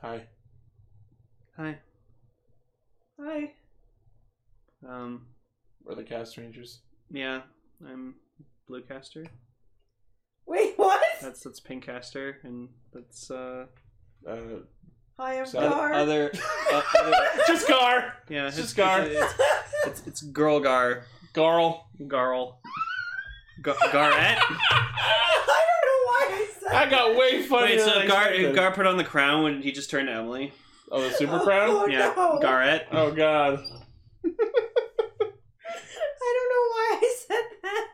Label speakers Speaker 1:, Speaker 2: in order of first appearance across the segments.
Speaker 1: Hi.
Speaker 2: Hi. Hi. Um,
Speaker 1: We're the Cast Rangers.
Speaker 2: yeah, I'm blue caster.
Speaker 3: Wait, what?
Speaker 2: That's that's pink caster, and that's uh
Speaker 1: Uh,
Speaker 3: Hi, I'm
Speaker 1: So-
Speaker 3: Gar.
Speaker 2: other, uh, other
Speaker 1: just Gar!
Speaker 2: yeah,
Speaker 1: It's
Speaker 2: it's,
Speaker 1: just Gar.
Speaker 2: It's, it's, it's girl gar
Speaker 1: Garl.
Speaker 2: garl Gar- garret.
Speaker 3: I don't know why I said
Speaker 1: I got way funnier
Speaker 2: Wait,
Speaker 1: than
Speaker 2: so
Speaker 1: I
Speaker 2: gar
Speaker 1: expected.
Speaker 2: gar put on the crown when he just turned to Emily.
Speaker 1: Oh, the super
Speaker 3: Oh,
Speaker 1: crown?
Speaker 3: Lord.
Speaker 2: yeah,
Speaker 3: no.
Speaker 2: garret.
Speaker 1: Oh, God.
Speaker 3: I don't know why I said that.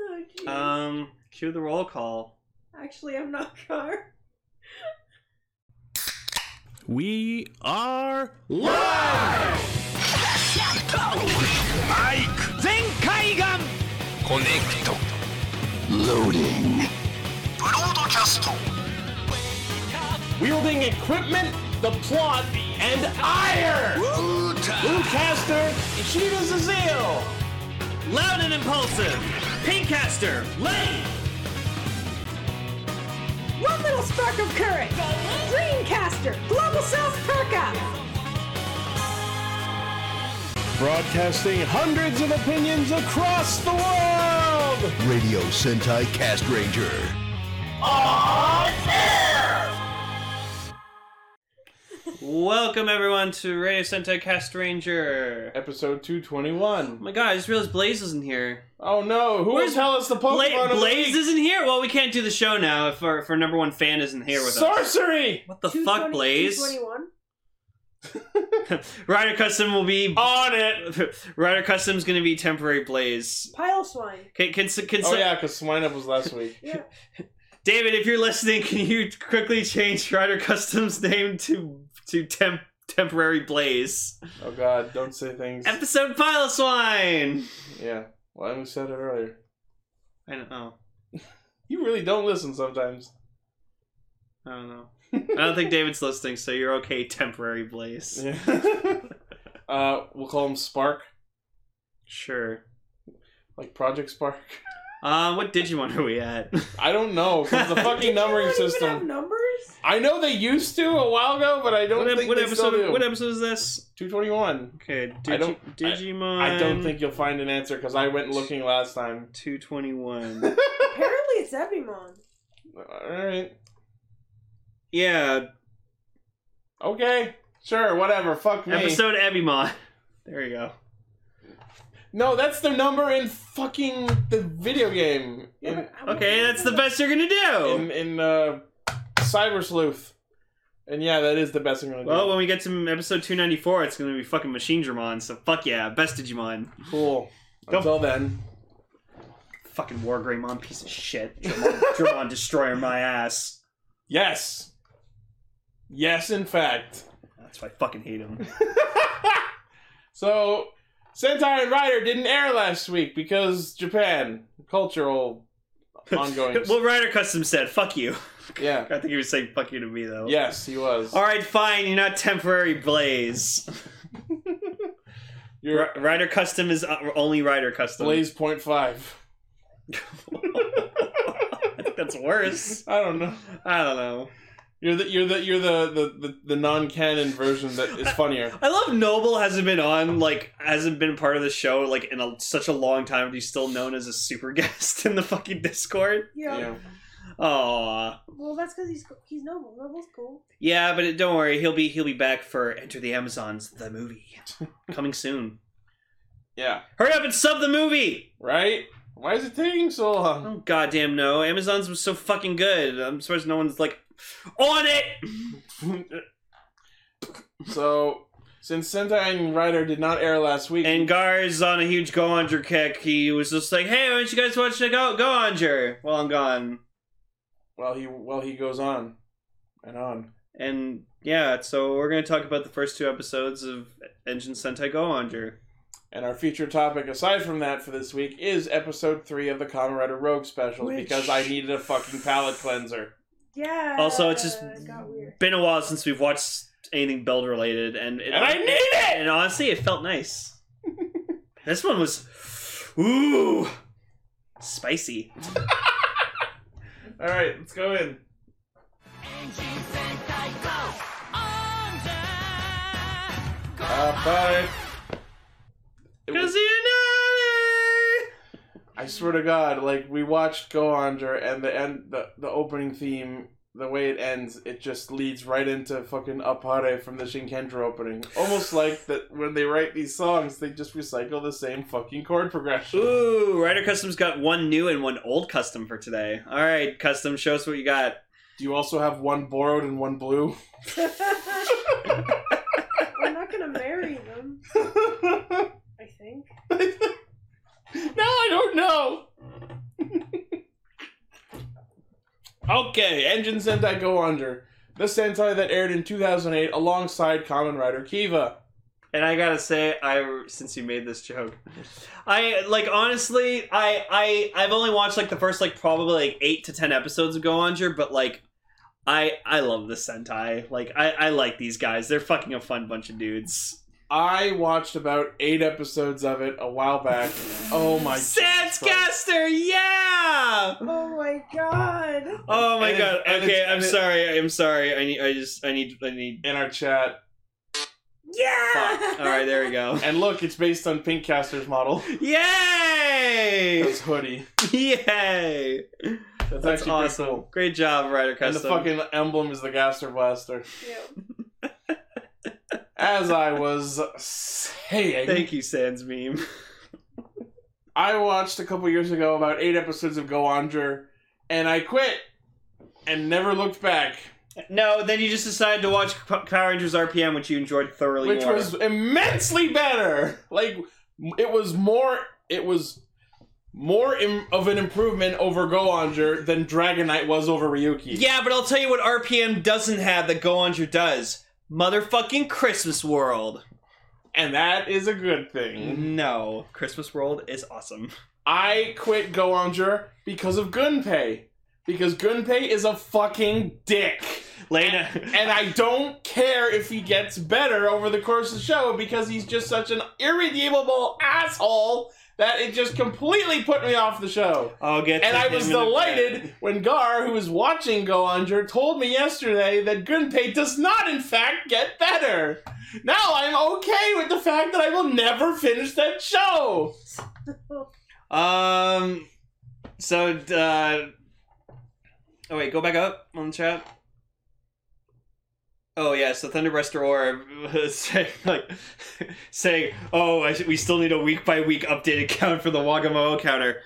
Speaker 3: Oh, jeez.
Speaker 2: Um, cue the roll call.
Speaker 3: Actually, I'm not Gar.
Speaker 4: We are live!
Speaker 5: Connect. Loading. Broadcast.
Speaker 4: Wielding equipment, the plot, and iron! Bluecaster, Ishida Zazil! Loud and impulsive, Pinkcaster, Lane!
Speaker 3: One little spark of courage. Dreamcaster. Global South Perka.
Speaker 4: Broadcasting hundreds of opinions across the world!
Speaker 5: Radio Sentai Cast Ranger.
Speaker 2: Welcome everyone to Radio Sentai Cast Ranger.
Speaker 1: Episode
Speaker 2: Oh
Speaker 1: 221.
Speaker 2: my god, I just realized Blaze isn't here.
Speaker 1: Oh, no. Who will
Speaker 2: Where's
Speaker 1: tell us the Pokemon
Speaker 2: Bla-
Speaker 1: of the
Speaker 2: Blaze
Speaker 1: week?
Speaker 2: isn't here. Well, we can't do the show now if our, if our number one fan isn't here with us.
Speaker 1: Sorcery!
Speaker 2: What the fuck, Blaze?
Speaker 3: 21.
Speaker 2: Rider Custom will be
Speaker 1: On it!
Speaker 2: Rider Custom's going to be temporary Blaze.
Speaker 3: Pile swine.
Speaker 2: Can can, s- can
Speaker 1: Oh,
Speaker 2: s-
Speaker 1: yeah, because Swineup was last week.
Speaker 3: Yeah.
Speaker 2: David, if you're listening, can you quickly change Rider Custom's name to to temp temporary Blaze?
Speaker 1: Oh, God. Don't say things.
Speaker 2: Episode Pile Swine.
Speaker 1: Yeah. Well, I said it earlier.
Speaker 2: I don't know.
Speaker 1: You really don't listen sometimes.
Speaker 2: I don't know. I don't think David's listening, so you're okay, temporary Blaze.
Speaker 1: Yeah. uh, we'll call him Spark.
Speaker 2: Sure.
Speaker 1: Like Project Spark.
Speaker 2: Uh, what Digimon are we at?
Speaker 1: I don't know. 'cause the fucking numbering
Speaker 3: They don't even have
Speaker 1: system.
Speaker 3: numbers?
Speaker 1: I know they used to a while ago, but I don't
Speaker 2: What, ep-
Speaker 1: think
Speaker 2: what
Speaker 1: they
Speaker 2: episode?
Speaker 1: still do.
Speaker 2: What episode is this?
Speaker 1: 221.
Speaker 2: Okay, Digi-
Speaker 1: I don't- I-
Speaker 2: Digimon.
Speaker 1: I don't think you'll find an answer because I went looking last time.
Speaker 2: two twenty one.
Speaker 3: Apparently, it's Ebimon.
Speaker 1: All right.
Speaker 2: yeah,
Speaker 1: Okay. Sure. Whatever. Fuck me.
Speaker 2: episode Ebimon. There you go.
Speaker 1: No, that's the number in fucking the video game
Speaker 3: Yeah,
Speaker 1: in
Speaker 3: but I'm
Speaker 2: Okay,
Speaker 3: looking
Speaker 2: that's
Speaker 3: at
Speaker 2: the best you're gonna do.
Speaker 1: in, in uh, Cyber Sleuth. And yeah, that is the best I'm gonna do.
Speaker 2: Well, when we get to episode two ninety four, it's gonna be fucking Machine Digimon. So fuck yeah, best Digimon.
Speaker 1: cool.
Speaker 2: Go-
Speaker 1: Until then.
Speaker 2: Fucking War Greymon, piece of shit. Dramon, Dramon destroyer, my ass.
Speaker 1: Yes. Yes, in fact.
Speaker 2: That's why I fucking hate him.
Speaker 1: So, Sentai and Rider didn't air last week because Japan cultural ongoing.
Speaker 2: well, Ryder Custom said, "Fuck you."
Speaker 1: yeah.
Speaker 2: I think he was saying "fuck you" to me though.
Speaker 1: Yes, he was.
Speaker 2: All right, fine. You're not temporary Blaze.
Speaker 1: You're
Speaker 2: R- Rider Custom is uh, only Rider Custom.
Speaker 1: Blaze point five.
Speaker 2: I think that's worse.
Speaker 1: I don't know.
Speaker 2: I don't know.
Speaker 1: You're the you're the you're the the, the, the non canon version that is funnier.
Speaker 2: I love Noble hasn't been on like hasn't been part of the show like in a, such a long time. but He's still known as a super guest in the fucking Discord.
Speaker 3: Yeah.
Speaker 1: Yeah.
Speaker 2: Aw.
Speaker 3: Well, that's because he's co- he's noble. Noble's cool.
Speaker 2: Yeah, but it, don't worry, he'll be he'll be back for Enter the Amazons, the movie, coming soon.
Speaker 1: Yeah.
Speaker 2: Hurry up and sub the movie!
Speaker 1: Right? Why is it taking so long?
Speaker 2: Oh goddamn no! Amazons was so fucking good. I'm surprised no one's like on it.
Speaker 1: So since Sentai and Rider did not air last week
Speaker 2: And Gar's on a huge Goanger kick. He was just like, "Hey, why don't you guys watch the Go Goanger?" Well, I'm gone,
Speaker 1: well he well he goes on and on.
Speaker 2: and yeah, so we're gonna talk about the first two episodes of Engine Sentai Goanger.
Speaker 1: And our feature topic, aside from that, for this week is episode three of the Kamen Rider Rogue special
Speaker 2: Which-
Speaker 1: because I needed a fucking palate cleanser.
Speaker 3: Yeah.
Speaker 2: Also, it's just-
Speaker 3: it got weird.
Speaker 2: Been a while since we've watched anything build related, and it,
Speaker 1: And I need it!
Speaker 2: And honestly, it felt nice. this one was, ooh, spicy.
Speaker 1: All right, let's go in.
Speaker 6: Engine Sentai
Speaker 1: Uh, Popeye. It was-
Speaker 2: Cause you know me.
Speaker 1: I swear to God, like we watched Go Under and the end, the, the opening theme, the way it ends, it just leads right into fucking Apare from the Shinkendra opening. Almost like that when they write these songs, they just recycle the same fucking chord progression.
Speaker 2: Ooh, Rider Customs got one new and one old custom for today. All right, Custom, show us what you got.
Speaker 1: Do you also have one borrowed and one blue?
Speaker 3: We're not gonna marry them,
Speaker 1: no,
Speaker 3: I think.
Speaker 1: I don't know. okay, Engine Sentai Go Under. The Sentai that aired in 2008 alongside Common Rider Kiva.
Speaker 2: And I gotta say, I since you made this joke, I like honestly, I I I've only watched like the first like probably like eight to ten episodes of Go Onger, but like I I love the Sentai. Like I I like these guys. They're fucking a fun bunch of dudes.
Speaker 1: I watched about eight episodes of it a while back. Oh my
Speaker 2: Sandscaster, yeah!
Speaker 3: Oh my god.
Speaker 2: Oh my
Speaker 1: And it-
Speaker 2: god.
Speaker 1: and
Speaker 2: okay,
Speaker 1: it's-
Speaker 2: I'm
Speaker 1: and it-
Speaker 2: sorry. I'm sorry. I need. I just. I need. I need.
Speaker 1: In our chat.
Speaker 3: Yeah!
Speaker 2: All right, there we go.
Speaker 1: And look, it's based on Pinkcaster's model.
Speaker 2: Yay!
Speaker 1: It's hoodie.
Speaker 2: Yay!
Speaker 1: That's,
Speaker 2: That's
Speaker 1: actually pretty
Speaker 2: awesome.
Speaker 1: cool.
Speaker 2: Great job, Ryder
Speaker 1: And the
Speaker 2: Custom.
Speaker 1: fucking emblem is the Gaster Blaster.
Speaker 3: Yeah.
Speaker 1: As I was saying,
Speaker 2: Thank you, Sans meme.
Speaker 1: I watched a couple years ago about eight episodes of Go Onger, and I quit and never looked back,
Speaker 2: No, then you just decided to watch P- Power Rangers RPM, which you enjoyed thoroughly.
Speaker 1: which
Speaker 2: more.
Speaker 1: was immensely better. Like it was more, it was more Im- of an improvement over Go Onger than Dragonite was over Ryuki.
Speaker 2: yeah, but I'll tell you what RPM doesn't have that Go Onger does. Motherfucking Christmas World.
Speaker 1: and that is a good thing.
Speaker 2: No, Christmas World is awesome.
Speaker 1: I quit Go Onger because of Gunpei. Because Gunpei is a fucking dick.
Speaker 2: Lena,
Speaker 1: And I don't care if he gets better over the course of the show because he's just such an irredeemable asshole that it just completely put me off the show.
Speaker 2: I'll get.
Speaker 1: And
Speaker 2: to
Speaker 1: I
Speaker 2: him
Speaker 1: was
Speaker 2: in a bit.
Speaker 1: delighted when Gar, who was watching Go Under, told me yesterday that Gunpei does not, in fact, get better. Now I'm okay with the fact that I will never finish that show.
Speaker 2: Um. So, uh, oh wait, go back up on the chat. Oh yeah, so Thunderbreast Orb was saying like saying, "Oh, I, should- we still need a week by week updated count for the Wagamomo counter."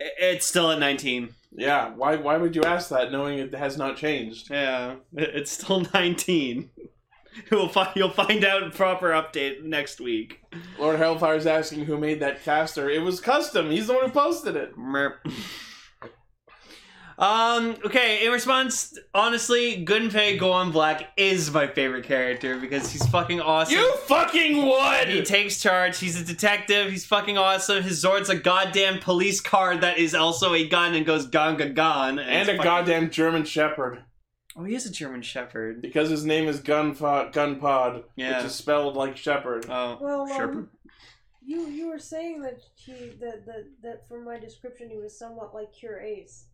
Speaker 2: I- It's still at nineteen.
Speaker 1: Yeah, why, why would you ask that knowing it has not changed?
Speaker 2: Yeah, it- it's still nineteen. You'll find you'll find out proper update next week.
Speaker 1: Lord Hellfire's asking who made that caster. It was custom, he's the one who posted it.
Speaker 2: Merp. um. Okay. In response, honestly, Gunpei Gohan Black is my favorite character because he's fucking awesome.
Speaker 1: You fucking
Speaker 2: He
Speaker 1: would!
Speaker 2: takes charge. He's a detective. He's fucking awesome. His Zord's a goddamn police car that is also a gun and goes gong gong gong.
Speaker 1: And
Speaker 2: it's
Speaker 1: a
Speaker 2: fucking-
Speaker 1: goddamn German Shepherd.
Speaker 2: Oh, he is a German Shepherd.
Speaker 1: Because his name is Gunpod, Gunpod
Speaker 2: Yeah.
Speaker 1: which is spelled like Shepherd.
Speaker 2: Oh,
Speaker 3: Well,
Speaker 2: Shepherd.
Speaker 3: um, you you were saying that he that, that that from my description he was somewhat like Cure Ace,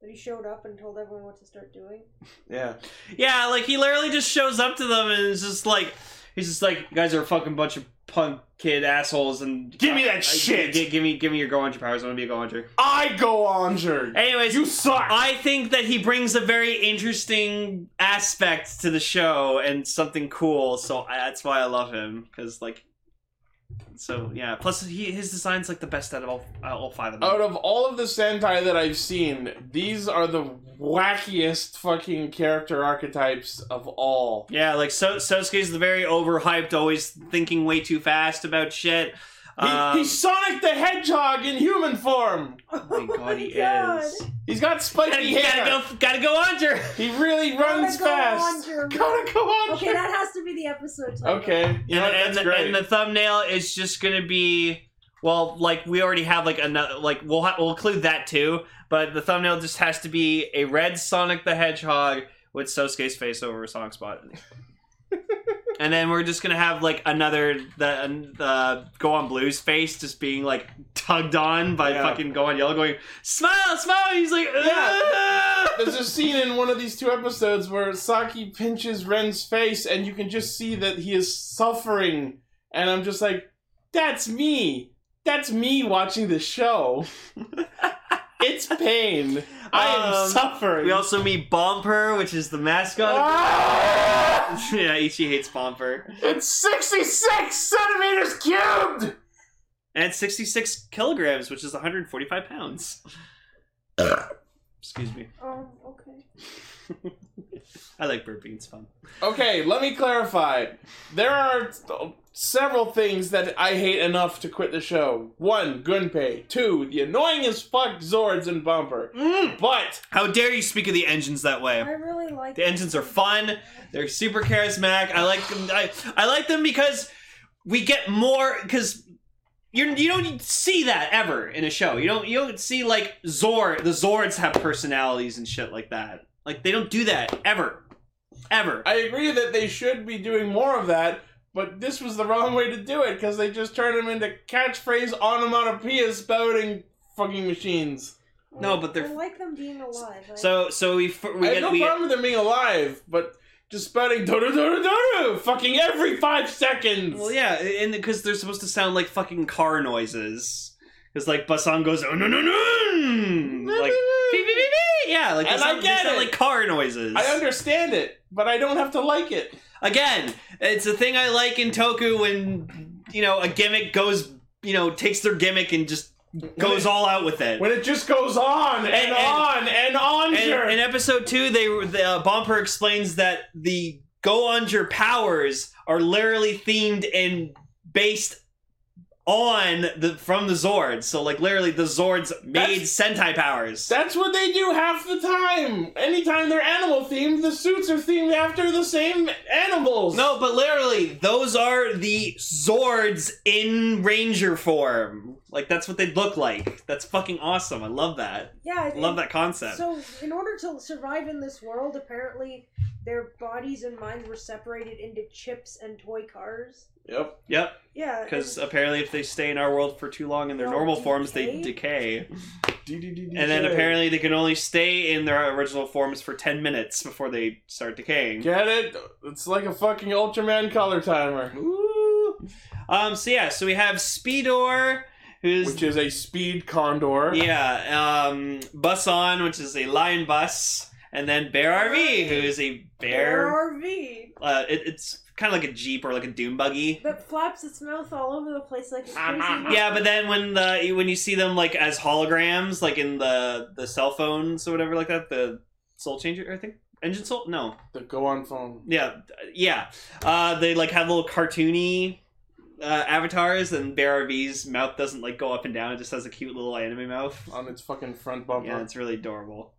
Speaker 3: that he showed up and told everyone what to start doing.
Speaker 1: Yeah.
Speaker 2: Yeah, like he literally just shows up to them and is just like, he's just like, you guys are a fucking bunch of punk kid assholes and
Speaker 1: Give me that
Speaker 2: I-
Speaker 1: shit!
Speaker 2: gi- give me, give me your Goanger powers. I want to be a Goanger.
Speaker 1: I go on, Jer.
Speaker 2: Anyways,
Speaker 1: You suck!
Speaker 2: I think that he brings a very interesting aspect to the show and something cool. So I, that's why I love him because like, so yeah. Plus, he his design's like the best out of all, uh, all five of them.
Speaker 1: Out of all of the Sentai that I've seen, these are the wackiest fucking character archetypes of all.
Speaker 2: Yeah, like so Sosuke's the very overhyped, always thinking way too fast about shit.
Speaker 1: He,
Speaker 2: Um,
Speaker 1: he's Sonic the Hedgehog in human form!
Speaker 2: oh my god, he
Speaker 3: God.
Speaker 2: is.
Speaker 1: He's got
Speaker 2: Gotta,
Speaker 1: spiky hair!
Speaker 2: gotta go, gotta go under.
Speaker 1: He really runs
Speaker 3: go
Speaker 1: fast!
Speaker 3: on, Jer.
Speaker 1: Gotta go on,
Speaker 3: Okay,
Speaker 1: Jer.
Speaker 3: that has to be the episode title.
Speaker 1: Okay, you know what,
Speaker 2: and, and
Speaker 1: that's
Speaker 2: the,
Speaker 1: great.
Speaker 2: and the thumbnail is just gonna be well like we already have like another like we'll ha- we'll include that too but the thumbnail just has to be a red sonic the hedgehog with Sosuke's face over Sonic's body and then we're just gonna have like another the uh, go on blue's face just being like tugged on by
Speaker 1: Yeah.
Speaker 2: fucking go on yellow going smile smile he's like "Ah!"
Speaker 1: There's a scene in one of these two episodes where Saki pinches Ren's face, and you can just see that he is suffering and I'm just like, that's me. That's me watching the show. it's pain. I am
Speaker 2: Um,
Speaker 1: suffering.
Speaker 2: We also meet Bomper, which is the mascot.
Speaker 1: Ah!
Speaker 2: yeah, Ichi hates Bomper.
Speaker 1: It's 66 centimeters cubed!
Speaker 2: And 66 kilograms, which is 145 pounds. Excuse me.
Speaker 3: Um, okay.
Speaker 2: I like burping, it's fun.
Speaker 1: Okay, let me clarify. There are th- several things that I hate enough to quit the show. One, Gunpei. Two, the annoying as fuck Zords and Bumper. But
Speaker 2: How dare you speak of the engines that
Speaker 3: I
Speaker 2: way?
Speaker 3: really like
Speaker 2: The engines are fun. They're super charismatic. I like them. I, I like them because we get more because you you don't see that ever in a show. You don't you don't see like Zord the Zords have personalities and shit like that. Like they don't do that ever, ever.
Speaker 1: I agree that they should be doing more of that, but this was the wrong way to do it because they just turned them into catchphrase onomatopoeia spouting fucking machines.
Speaker 2: No, but they're-
Speaker 3: I like them being alive. I-
Speaker 2: So so we f- we
Speaker 1: I have
Speaker 2: get
Speaker 1: no
Speaker 2: we get-
Speaker 1: problem with them being alive, but just spouting do do do do fucking every five seconds.
Speaker 2: well yeah and because they're supposed to sound like fucking car noises. Because like Basan goes oh no no no like beep, beep, beep, beep. yeah like they
Speaker 1: And I
Speaker 2: sound, they
Speaker 1: get
Speaker 2: sound
Speaker 1: it.
Speaker 2: like car noises.
Speaker 1: I understand it, but I don't have to like it.
Speaker 2: again, it's a thing I like in Toku when you know a gimmick goes, you know, takes their gimmick and just goes all out with it.
Speaker 1: When it just goes on and,
Speaker 2: And- and-
Speaker 1: on and on,
Speaker 2: And
Speaker 1: sure.
Speaker 2: in episode two, they the uh, Bomper explains that the Go Onger powers are literally themed and based on the from the Zords. So like literally, the Zords made Sentai powers.
Speaker 1: That's what they do half the time. Anytime they're animal themed, the suits are themed after the same animals.
Speaker 2: No, but literally, those are the Zords in Ranger form. Like that's what they look like. That's fucking awesome. I love that.
Speaker 3: yeah, I
Speaker 2: I
Speaker 3: think,
Speaker 2: Love that concept.
Speaker 3: So, in order to survive in this world, apparently their bodies and minds were separated into chips and toy cars.
Speaker 1: Yep.
Speaker 2: yep,
Speaker 3: Yeah,
Speaker 2: because
Speaker 3: and-
Speaker 2: apparently, if they stay in our world for too long in their
Speaker 3: No,
Speaker 2: normal
Speaker 3: decay?
Speaker 2: forms, they decay. And then apparently, they can only stay in their original forms for ten minutes before they start decaying.
Speaker 1: Get it? It's like a fucking Ultraman color timer.
Speaker 2: Ooh. Um. So yeah. So we have Speedor, who's
Speaker 1: Which is a speed condor.
Speaker 2: Yeah, um, Bus On, which is a lion bus, and then Bear RV, who is a bear.
Speaker 3: RV
Speaker 2: Uh, it, it's kind of like a jeep or like a dune buggy.
Speaker 3: that flaps its mouth all over the place like a
Speaker 2: Ah,
Speaker 3: crazy.
Speaker 2: Yeah, but then when the when you see them like as holograms, like in the the cell phones or whatever like that, the soul changer, I think. Engine soul? No.
Speaker 1: The go on phone.
Speaker 2: Yeah, yeah. Uh, they like have little cartoony uh, avatars, and Bear RV's mouth doesn't like go up and down. It just has a cute little anime mouth.
Speaker 1: On its fucking front bumper.
Speaker 2: Yeah, it's really adorable.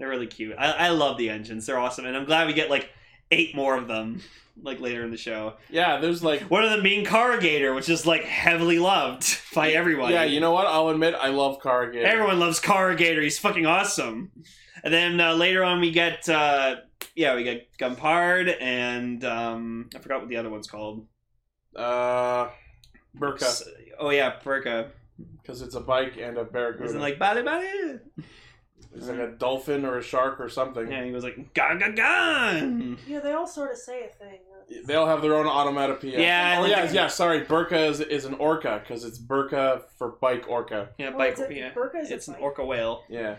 Speaker 2: They're really cute. I, I love the engines. They're awesome, and I'm glad we get like eight more of them like later in the show.
Speaker 1: Yeah, there's like.
Speaker 2: One of them being Corrugator, which is like heavily loved by everyone.
Speaker 1: Yeah, you know what? I'll admit I love Karagate.
Speaker 2: everyone loves Corrugator. He's fucking awesome. And then uh, later on, we get uh, yeah, we get Gumpard and um, I forgot what the other one's called.
Speaker 1: Uh. Burka.
Speaker 2: S- Oh yeah, Perka.
Speaker 1: Because it's a bike and a barracuda.
Speaker 2: Isn't like body body.
Speaker 1: It's like a dolphin or a shark or something.
Speaker 2: Yeah, he was like ga ga ga.
Speaker 3: Yeah, they all sort of say a thing.
Speaker 1: They all have their own automatopoeia.
Speaker 2: Yeah,
Speaker 1: Oh,
Speaker 2: and
Speaker 1: yeah,
Speaker 2: like-
Speaker 1: yeah. Sorry, Burka is, is an orca because it's Burka for bike orca.
Speaker 2: Yeah,
Speaker 3: Oh,
Speaker 2: bike.
Speaker 3: is it-
Speaker 2: yeah,
Speaker 3: Burka is a
Speaker 2: it's an
Speaker 3: bike.
Speaker 2: orca whale.
Speaker 1: Yeah.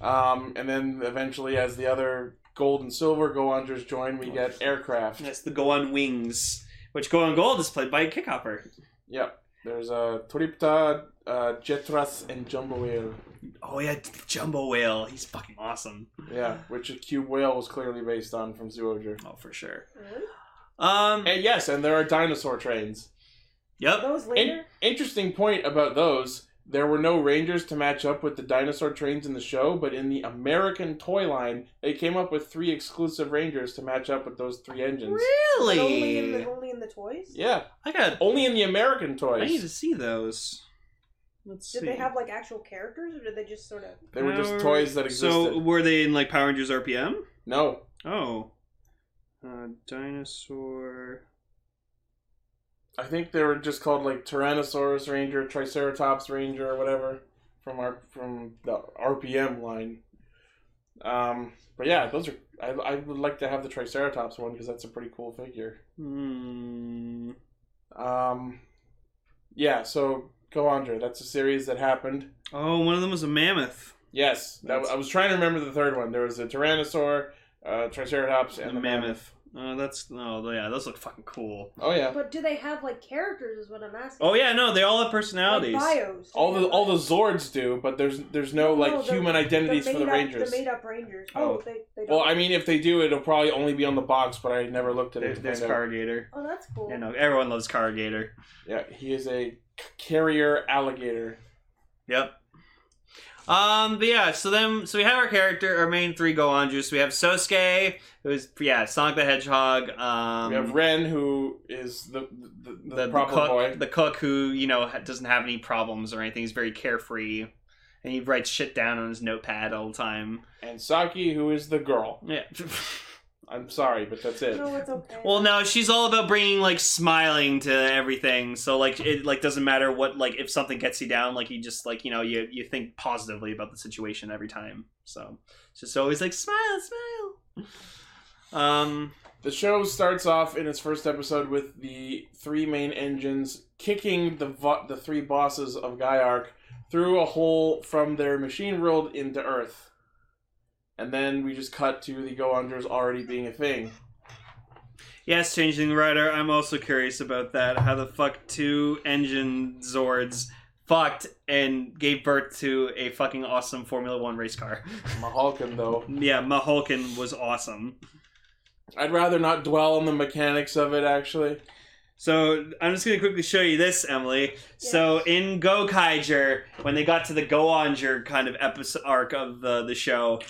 Speaker 1: Um, and then eventually, as the other gold and silver go-onders join, we get aircraft.
Speaker 2: That's the Go On Wings, which Go On Gold is played by Kickhopper.
Speaker 1: Yep. There's a Tripta, uh, Jetras, and Jumbo Whale.
Speaker 2: Oh yeah, Jumbo Whale. He's fucking awesome.
Speaker 1: Yeah, which a cube whale was clearly based on from Zoojer.
Speaker 2: Oh for sure.
Speaker 3: Really?
Speaker 2: Um.
Speaker 1: And yes, and there are dinosaur trains.
Speaker 2: Yep.
Speaker 3: Those
Speaker 1: In-
Speaker 3: later.
Speaker 1: interesting point about those. There were no rangers to match up with the dinosaur trains in the show, but in the American toy line, they came up with three exclusive rangers to match up with those three engines.
Speaker 3: But only in the
Speaker 2: Really?
Speaker 3: only in the toys.
Speaker 1: Yeah,
Speaker 2: I got.
Speaker 1: only in the American
Speaker 2: I
Speaker 1: toys.
Speaker 2: need to see those. Let's
Speaker 3: Did
Speaker 2: see.
Speaker 3: they have like actual characters, or did they just sort of?
Speaker 1: They were just
Speaker 2: Power-
Speaker 1: toys that existed.
Speaker 2: So were they in like Power Rangers RPM?
Speaker 1: no,
Speaker 2: Oh. Uh, dinosaur.
Speaker 1: I think they were just called like Tyrannosaurus Ranger, Triceratops Ranger, or whatever from our from the RPM line. Um, but yeah, those are. I, I would like to have the Triceratops one because that's a pretty cool figure.
Speaker 2: Hmm.
Speaker 1: Um, yeah, so Go Andre. That's a series that happened.
Speaker 2: Oh, one of them was a mammoth.
Speaker 1: Yes, that, I was trying to remember the third one. There was a Tyrannosaur, uh, Triceratops, and,
Speaker 2: And
Speaker 1: the
Speaker 2: a
Speaker 1: mammoth.
Speaker 2: mammoth. Oh, that's oh yeah, those look fucking cool.
Speaker 1: Oh yeah,
Speaker 3: But do they have like characters? Is what I'm asking.
Speaker 2: Oh yeah, no, they all have
Speaker 3: Like
Speaker 2: personalities.
Speaker 3: bios.
Speaker 1: all the all the Zords do, but there's there's no like
Speaker 3: No, the-
Speaker 1: human identities for the
Speaker 3: made-up-
Speaker 1: Rangers.
Speaker 3: The made up Rangers. Oh,
Speaker 2: Oh.
Speaker 3: they, they don't.
Speaker 1: Well, I mean, if they do, it'll probably only be on the box, but I never looked at it.
Speaker 2: there's
Speaker 1: to
Speaker 2: there's
Speaker 1: find out.
Speaker 2: Cargator.
Speaker 3: oh, that's cool.
Speaker 2: Yeah, no, everyone loves Cargator.
Speaker 1: Yeah, he is a c- carrier alligator.
Speaker 2: Yep. Um, but yeah, so then so we have our character, our main three go on juice. We have Sosuke, who's yeah, Sonic the Hedgehog. Um,
Speaker 1: we have Ren, who is the the, the, problem
Speaker 2: cook,
Speaker 1: boy.
Speaker 2: the cook who you know ha- doesn't have any problems or anything. He's very carefree, and he writes shit down on his notepad all the time.
Speaker 1: and Saki, who is the girl.
Speaker 2: Yeah.
Speaker 1: I'm sorry, but that's it.
Speaker 3: No, it's okay.
Speaker 2: well, no, she's all about bringing like smiling to everything. So like it like doesn't matter what like if something gets you down, like you just like you know you you think positively about the situation every time. So it's just always like smile, smile. Um.
Speaker 1: The show starts off in its first episode with the three main engines kicking the vo- the three bosses of Gaiark through a hole from their machine world into Earth. And then we just cut to the Go Unders already being a thing.
Speaker 2: Yes, changing the rider. I'm also curious about that. How the fuck two engine Zords fucked and gave birth to a fucking awesome Formula One race car.
Speaker 1: Mahalkin, though.
Speaker 2: Yeah, Mahulkin was awesome.
Speaker 1: I'd rather not dwell on the mechanics of it, actually.
Speaker 2: So I'm just gonna quickly show you this, Emily. So in Go Kaiger, when they got to the Go Onger kind of episode arc of the the show,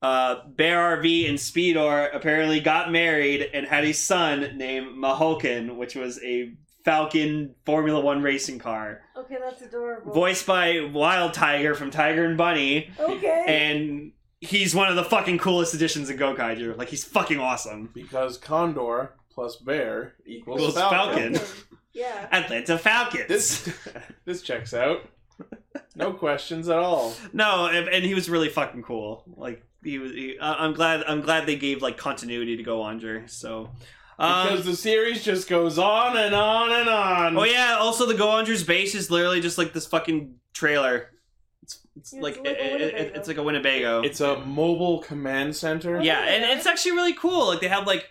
Speaker 2: uh, Bear RV and Speedor apparently got married and had a son named Mahulkin, which was a Falcon Formula One racing car,
Speaker 3: okay, that's adorable.
Speaker 2: voiced by Wild Tiger from Tiger and Bunny,
Speaker 3: Okay.
Speaker 2: and he's one of the fucking coolest additions in Go Kaiger. Like he's fucking awesome.
Speaker 1: Because Condor plus Bear equals,
Speaker 2: Equals
Speaker 1: Falcon.
Speaker 2: Falcon.
Speaker 3: Okay. Yeah.
Speaker 2: Atlanta Falcons.
Speaker 1: This, this checks out. No questions at all.
Speaker 2: No, and, and he was really fucking cool. Like he was. He, I- I'm glad. I'm glad they gave like continuity to go under. So.
Speaker 1: Because um,
Speaker 2: Um,
Speaker 1: the series just goes on and on and on.
Speaker 2: oh yeah. Also, the Go Under's base is literally just like this fucking trailer. It's, it's
Speaker 3: Yeah,
Speaker 2: like
Speaker 3: it's like
Speaker 2: it- it-
Speaker 3: a Winnebago. Oh,
Speaker 2: it's like a Winnebago.
Speaker 1: It's a mobile command center.
Speaker 2: yeah, and it's actually really cool. Like they have like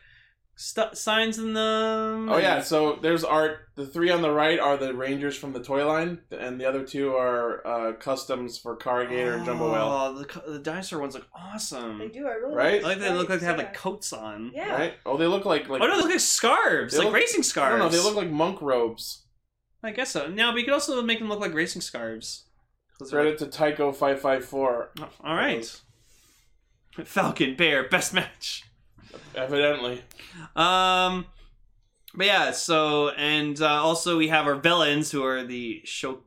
Speaker 2: stu signs in them.
Speaker 1: Oh yeah. So there's art. The three on the right are the Rangers from the toy line, and the other two are uh, customs for Cargator and Jumbo Whale.
Speaker 2: um, Oh, the, co- the dinosaur ones look awesome.
Speaker 3: They do. I really
Speaker 1: Right?
Speaker 2: I like they
Speaker 3: Right,
Speaker 2: look like they have
Speaker 3: yeah.
Speaker 2: like coats on.
Speaker 3: Yeah.
Speaker 1: Right? Oh, they look like like.
Speaker 2: oh no, they look like scarves,
Speaker 1: They
Speaker 2: like
Speaker 1: look-
Speaker 2: racing
Speaker 1: I
Speaker 2: scarves.
Speaker 1: don't know. They look like monk robes.
Speaker 2: I guess so. No, but you could also make them look like racing scarves. Those are
Speaker 1: Credit to Tycho five five four.
Speaker 2: like- all right. Falcon Bear best match.
Speaker 1: Evidently,
Speaker 2: Um, but yeah. So and uh, also we have our villains who are the Sho-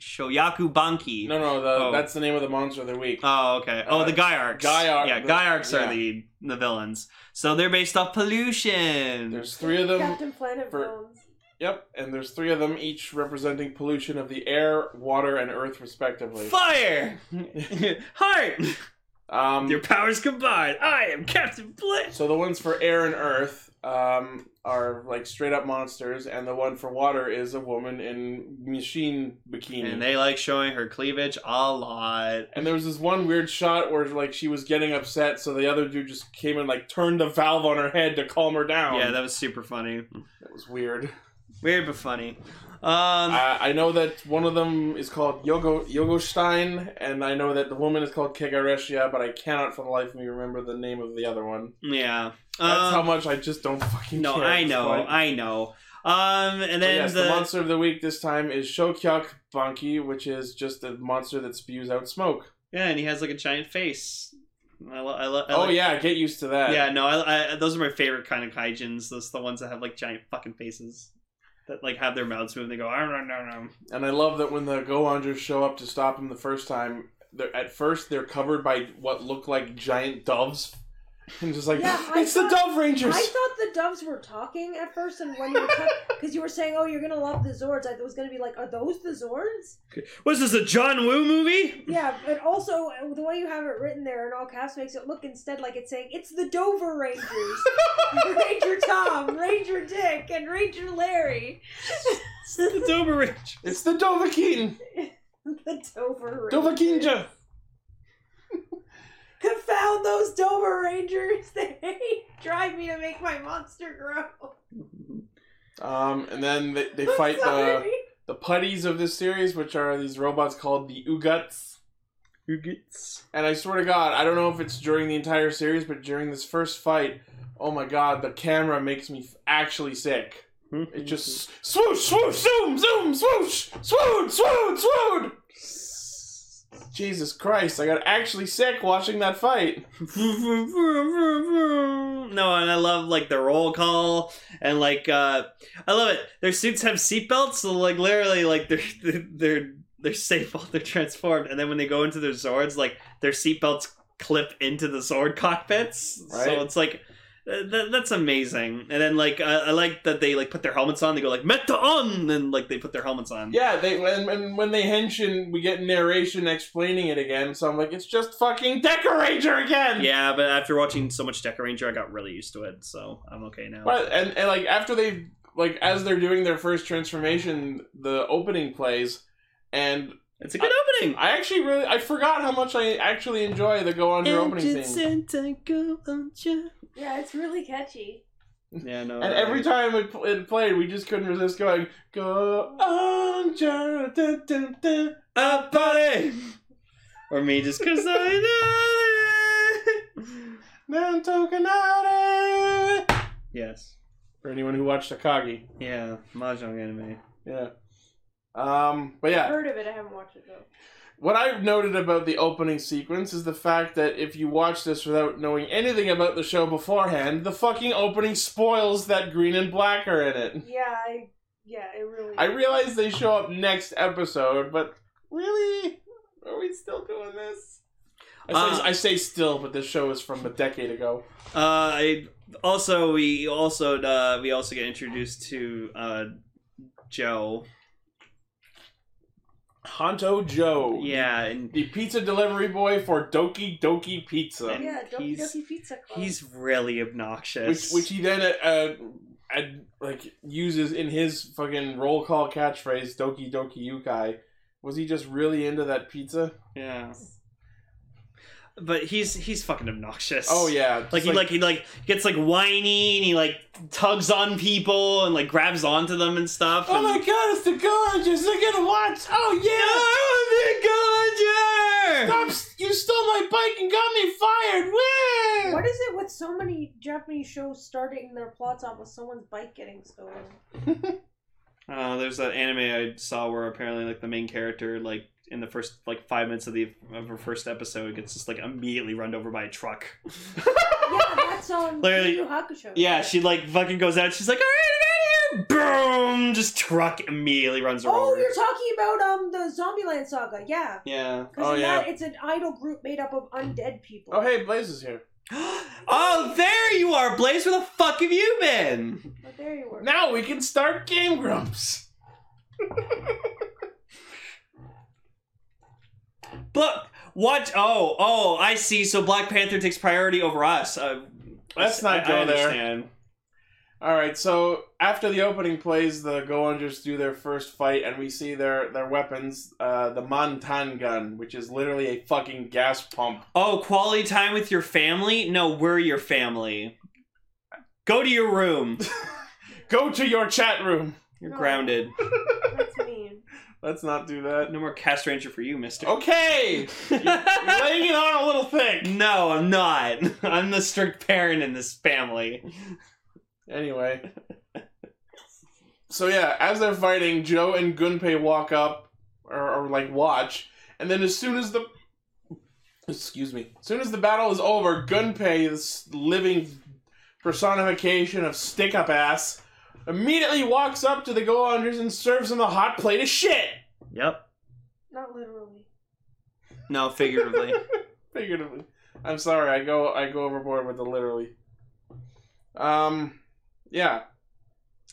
Speaker 2: Shoyaku Banki.
Speaker 1: no, no. The,
Speaker 2: Oh.
Speaker 1: That's the name of the monster of the week.
Speaker 2: Oh, okay. Oh,
Speaker 1: Uh,
Speaker 2: the Gaiarks.
Speaker 1: Gaiar-
Speaker 2: Yeah,
Speaker 1: the-
Speaker 2: Gaiarks
Speaker 1: yeah.
Speaker 2: are the the villains. So they're based off pollution.
Speaker 1: There's three of them.
Speaker 3: Captain Planet
Speaker 1: for-
Speaker 3: Bones.
Speaker 1: Yep, and there's three of them, each representing pollution of the air, water, and earth, respectively.
Speaker 2: Fire, heart.
Speaker 1: Um,
Speaker 2: Your powers combined. I am Captain Blitz.
Speaker 1: So the ones for air and earth um, are like straight up monsters, and the one for water is a woman in machine bikini.
Speaker 2: And
Speaker 1: And,
Speaker 2: they like showing her cleavage a lot.
Speaker 1: there was this one weird shot where like she was getting upset, so the other dude just came and like turned a valve on her head to calm her down.
Speaker 2: Yeah, that was super funny.
Speaker 1: That was weird.
Speaker 2: Weird but funny. Um,
Speaker 1: I, I know that one of them is called Yogo Yogostein, and I know that the woman is called Kegareshia, but I cannot for the life of me remember the name of the other one.
Speaker 2: yeah.
Speaker 1: That's
Speaker 2: Um,
Speaker 1: how much I just don't fucking
Speaker 2: no,
Speaker 1: care at
Speaker 2: I
Speaker 1: this
Speaker 2: know,
Speaker 1: point.
Speaker 2: I know. Um, and
Speaker 1: But
Speaker 2: then
Speaker 1: yes,
Speaker 2: the,
Speaker 1: the... monster of the week this time is Shokyok Banki, which is just a monster that spews out smoke.
Speaker 2: yeah, and he has like a giant face. I love. I lo- I
Speaker 1: oh
Speaker 2: like-
Speaker 1: yeah, get used to that.
Speaker 2: Yeah, no, I, I, those are my favorite kind of kaijins. Those the ones that have like giant fucking faces that like have their mouths move. and They go, "Arr, arr, arr, arr."
Speaker 1: And I love that when the Goanders show up to stop him the first time, they're, at first they're covered by what look like giant doves, and just like "Ah,
Speaker 3: Yeah, I
Speaker 1: it's
Speaker 3: thought-
Speaker 1: the Dove
Speaker 3: I
Speaker 1: Rangers.
Speaker 3: thought the doves were talking at first, and when you were because you were saying, "Oh, you're gonna love the Zords," I was gonna be like, "Are those the Zords?"
Speaker 2: Was this a John Woo movie?
Speaker 3: Yeah, but also uh, the way you have it written there in all caps makes it look instead like it's saying it's the Dover Rangers, Ranger Tom, Ranger Dick, and Ranger Larry.
Speaker 2: The Dover Rangers.
Speaker 1: it's the Dova Keaton.
Speaker 3: the Dover Rangers.
Speaker 1: Dova Keenja.
Speaker 3: Confound those Dover Rangers! They drive me to make my monster grow.
Speaker 1: Um, and then they, they fight the
Speaker 3: Sorry.
Speaker 1: the putties of this series, which are these robots called the Uguts.
Speaker 2: Who gets?
Speaker 1: And I swear to God, I don't know if it's during the entire series, but during this first fight, oh my God, the camera makes me f- actually sick. It just swoosh, swoosh, zoom, zoom, swoosh, swoon, swoon, swoon. Jesus Christ, I got actually sick watching that fight.
Speaker 2: No, and I love like the roll call and like uh I love it. Their suits have seatbelts, so like literally like they're they're they're safe while they're transformed, and then when they go into their Zords, like their seatbelts clip into the Zord cockpits.
Speaker 1: Right.
Speaker 2: So it's like uh, th- that's amazing. And then like I-, I like that they like put their helmets on. They go like Meta on, and like they put their helmets on.
Speaker 1: Yeah, they and, and when they henshin, we get narration explaining it again. So I'm like, it's just fucking Decorator again.
Speaker 2: Yeah, but after watching so much Decker Ranger, I got really used to it, so I'm okay now.
Speaker 1: But and, and like after they like as they're doing their first transformation, the opening plays, and
Speaker 2: It's a good opening.
Speaker 1: I actually really I forgot how much I actually enjoy the go on your opening theme.
Speaker 3: Yeah, it's really catchy.
Speaker 2: Yeah, no.
Speaker 1: And every time it, pl- it played, we just couldn't resist going go on your dun, dun, dun,
Speaker 2: a party, or me just cause I know. it.
Speaker 1: nan tokenare."
Speaker 2: yes.
Speaker 1: For anyone who watched Takagi,
Speaker 2: Yeah, mahjong anime.
Speaker 1: yeah. Um, but
Speaker 3: I've
Speaker 1: yeah,
Speaker 3: heard of it. I haven't watched it though.
Speaker 1: what I've noted about the opening sequence is the fact that if you watch this without knowing anything about the show beforehand, the fucking opening spoils that green and black are in it.
Speaker 3: Yeah, I yeah, it really.
Speaker 1: I realize they show up next episode, but really? Are we still doing this? I say,
Speaker 2: Uh,
Speaker 1: I say still, but this show is from a decade ago.
Speaker 2: Uh, I also we also uh we also get introduced to uh Joe.
Speaker 1: Honto Joe.
Speaker 2: Yeah, and
Speaker 1: The pizza delivery boy for Doki Doki Pizza.
Speaker 3: yeah, Doki
Speaker 2: he's-
Speaker 3: Doki Pizza Club.
Speaker 2: he's really
Speaker 1: Which,
Speaker 2: obnoxious.
Speaker 1: which he then, uh, uh, like, uses in his fucking roll call catchphrase, Doki Doki Yukai. Was he just really into that pizza?
Speaker 2: yeah. But he's he's fucking obnoxious.
Speaker 1: Oh, yeah. just
Speaker 2: Like he like he like gets like whiny and he like tugs on people and like grabs onto them and stuff.
Speaker 1: Oh
Speaker 2: and-
Speaker 1: my god, it's the gorgeous! Look at the watch! Oh yeah!
Speaker 2: Oh, the
Speaker 1: Stop! You stole my bike and got me fired! Woo!
Speaker 3: what is it with so many Japanese shows starting their plots off with someone's bike getting stolen?
Speaker 2: Uh, there's that anime I saw where apparently like the main character like in the first like five minutes of the of her first episode gets just like immediately run over by a truck.
Speaker 3: yeah, that's on
Speaker 2: Literally-
Speaker 3: Yu Yu Hakusho.
Speaker 2: yeah, she like fucking goes out. She's like, all right, I'm out of here. Boom! Just truck immediately runs her
Speaker 3: Oh,
Speaker 2: over.
Speaker 3: you're talking about um the Zombieland saga, yeah.
Speaker 2: yeah.
Speaker 3: Because
Speaker 1: Oh,
Speaker 3: in
Speaker 1: yeah.
Speaker 3: that, it's an idol group made up of undead people.
Speaker 1: Oh hey, Blaze is here.
Speaker 2: oh, there you are, Blaze. Where the fuck have you been?
Speaker 3: But there you were.
Speaker 1: Now we can start Game Grumps.
Speaker 2: But watch. Oh, oh, I see. So Black Panther takes priority over us. Uh,
Speaker 1: Let's
Speaker 2: I-
Speaker 1: not
Speaker 2: I
Speaker 1: go there.
Speaker 2: understand.
Speaker 1: All right, so after the opening plays, the Goanders do their first fight, and we see their their weapons, uh, the Montan gun, which is literally a fucking gas pump.
Speaker 2: Oh, quality time with your family? No, we're your family. Go to your room.
Speaker 1: Go to your chat room.
Speaker 2: You're
Speaker 3: No.
Speaker 2: grounded.
Speaker 3: That's mean.
Speaker 1: Let's not do that.
Speaker 2: No more cast ranger for you, mister.
Speaker 1: Okay, you're Oh, laying it on a little thick.
Speaker 2: no, I'm not. I'm the strict parent in this family.
Speaker 1: Anyway. So yeah, as they're fighting, Joe and Gunpei walk up or, or like watch, and then as soon as the excuse me, as soon as the battle is over, Gunpei, this living personification of stick up ass, immediately walks up to the Go-Unders and serves them a hot plate of shit.
Speaker 2: Yep.
Speaker 3: Not literally.
Speaker 2: No, figuratively.
Speaker 1: Figuratively. I'm sorry. I go I go overboard with the literally. Um, yeah.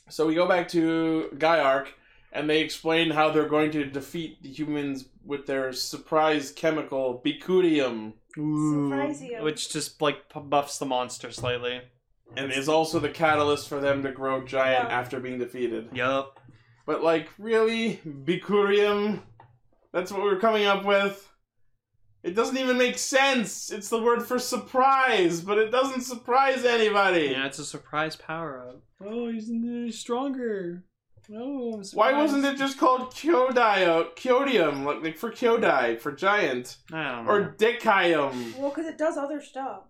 Speaker 1: So we go back to Gaiark, and they explain how they're going to defeat the humans with their surprise chemical Bicudium,
Speaker 3: Surprising.
Speaker 2: Which just like p- buffs the monster slightly.
Speaker 1: and is also the catalyst for them to grow giant
Speaker 3: Yeah.
Speaker 1: after being defeated.
Speaker 2: Yup.
Speaker 1: But like, really, Bicurium? That's what we're coming up with. It doesn't even make sense. It's the word for surprise, but it doesn't surprise anybody.
Speaker 2: Yeah, it's a surprise power up. Oh, he's he's stronger. Oh, I'm
Speaker 1: Why
Speaker 2: surprised.
Speaker 1: wasn't it just called Kyodai, Kyodium, like, like for Kyodai, for giant,
Speaker 2: I don't know.
Speaker 1: or Dekium?
Speaker 3: Well, because it does other stuff.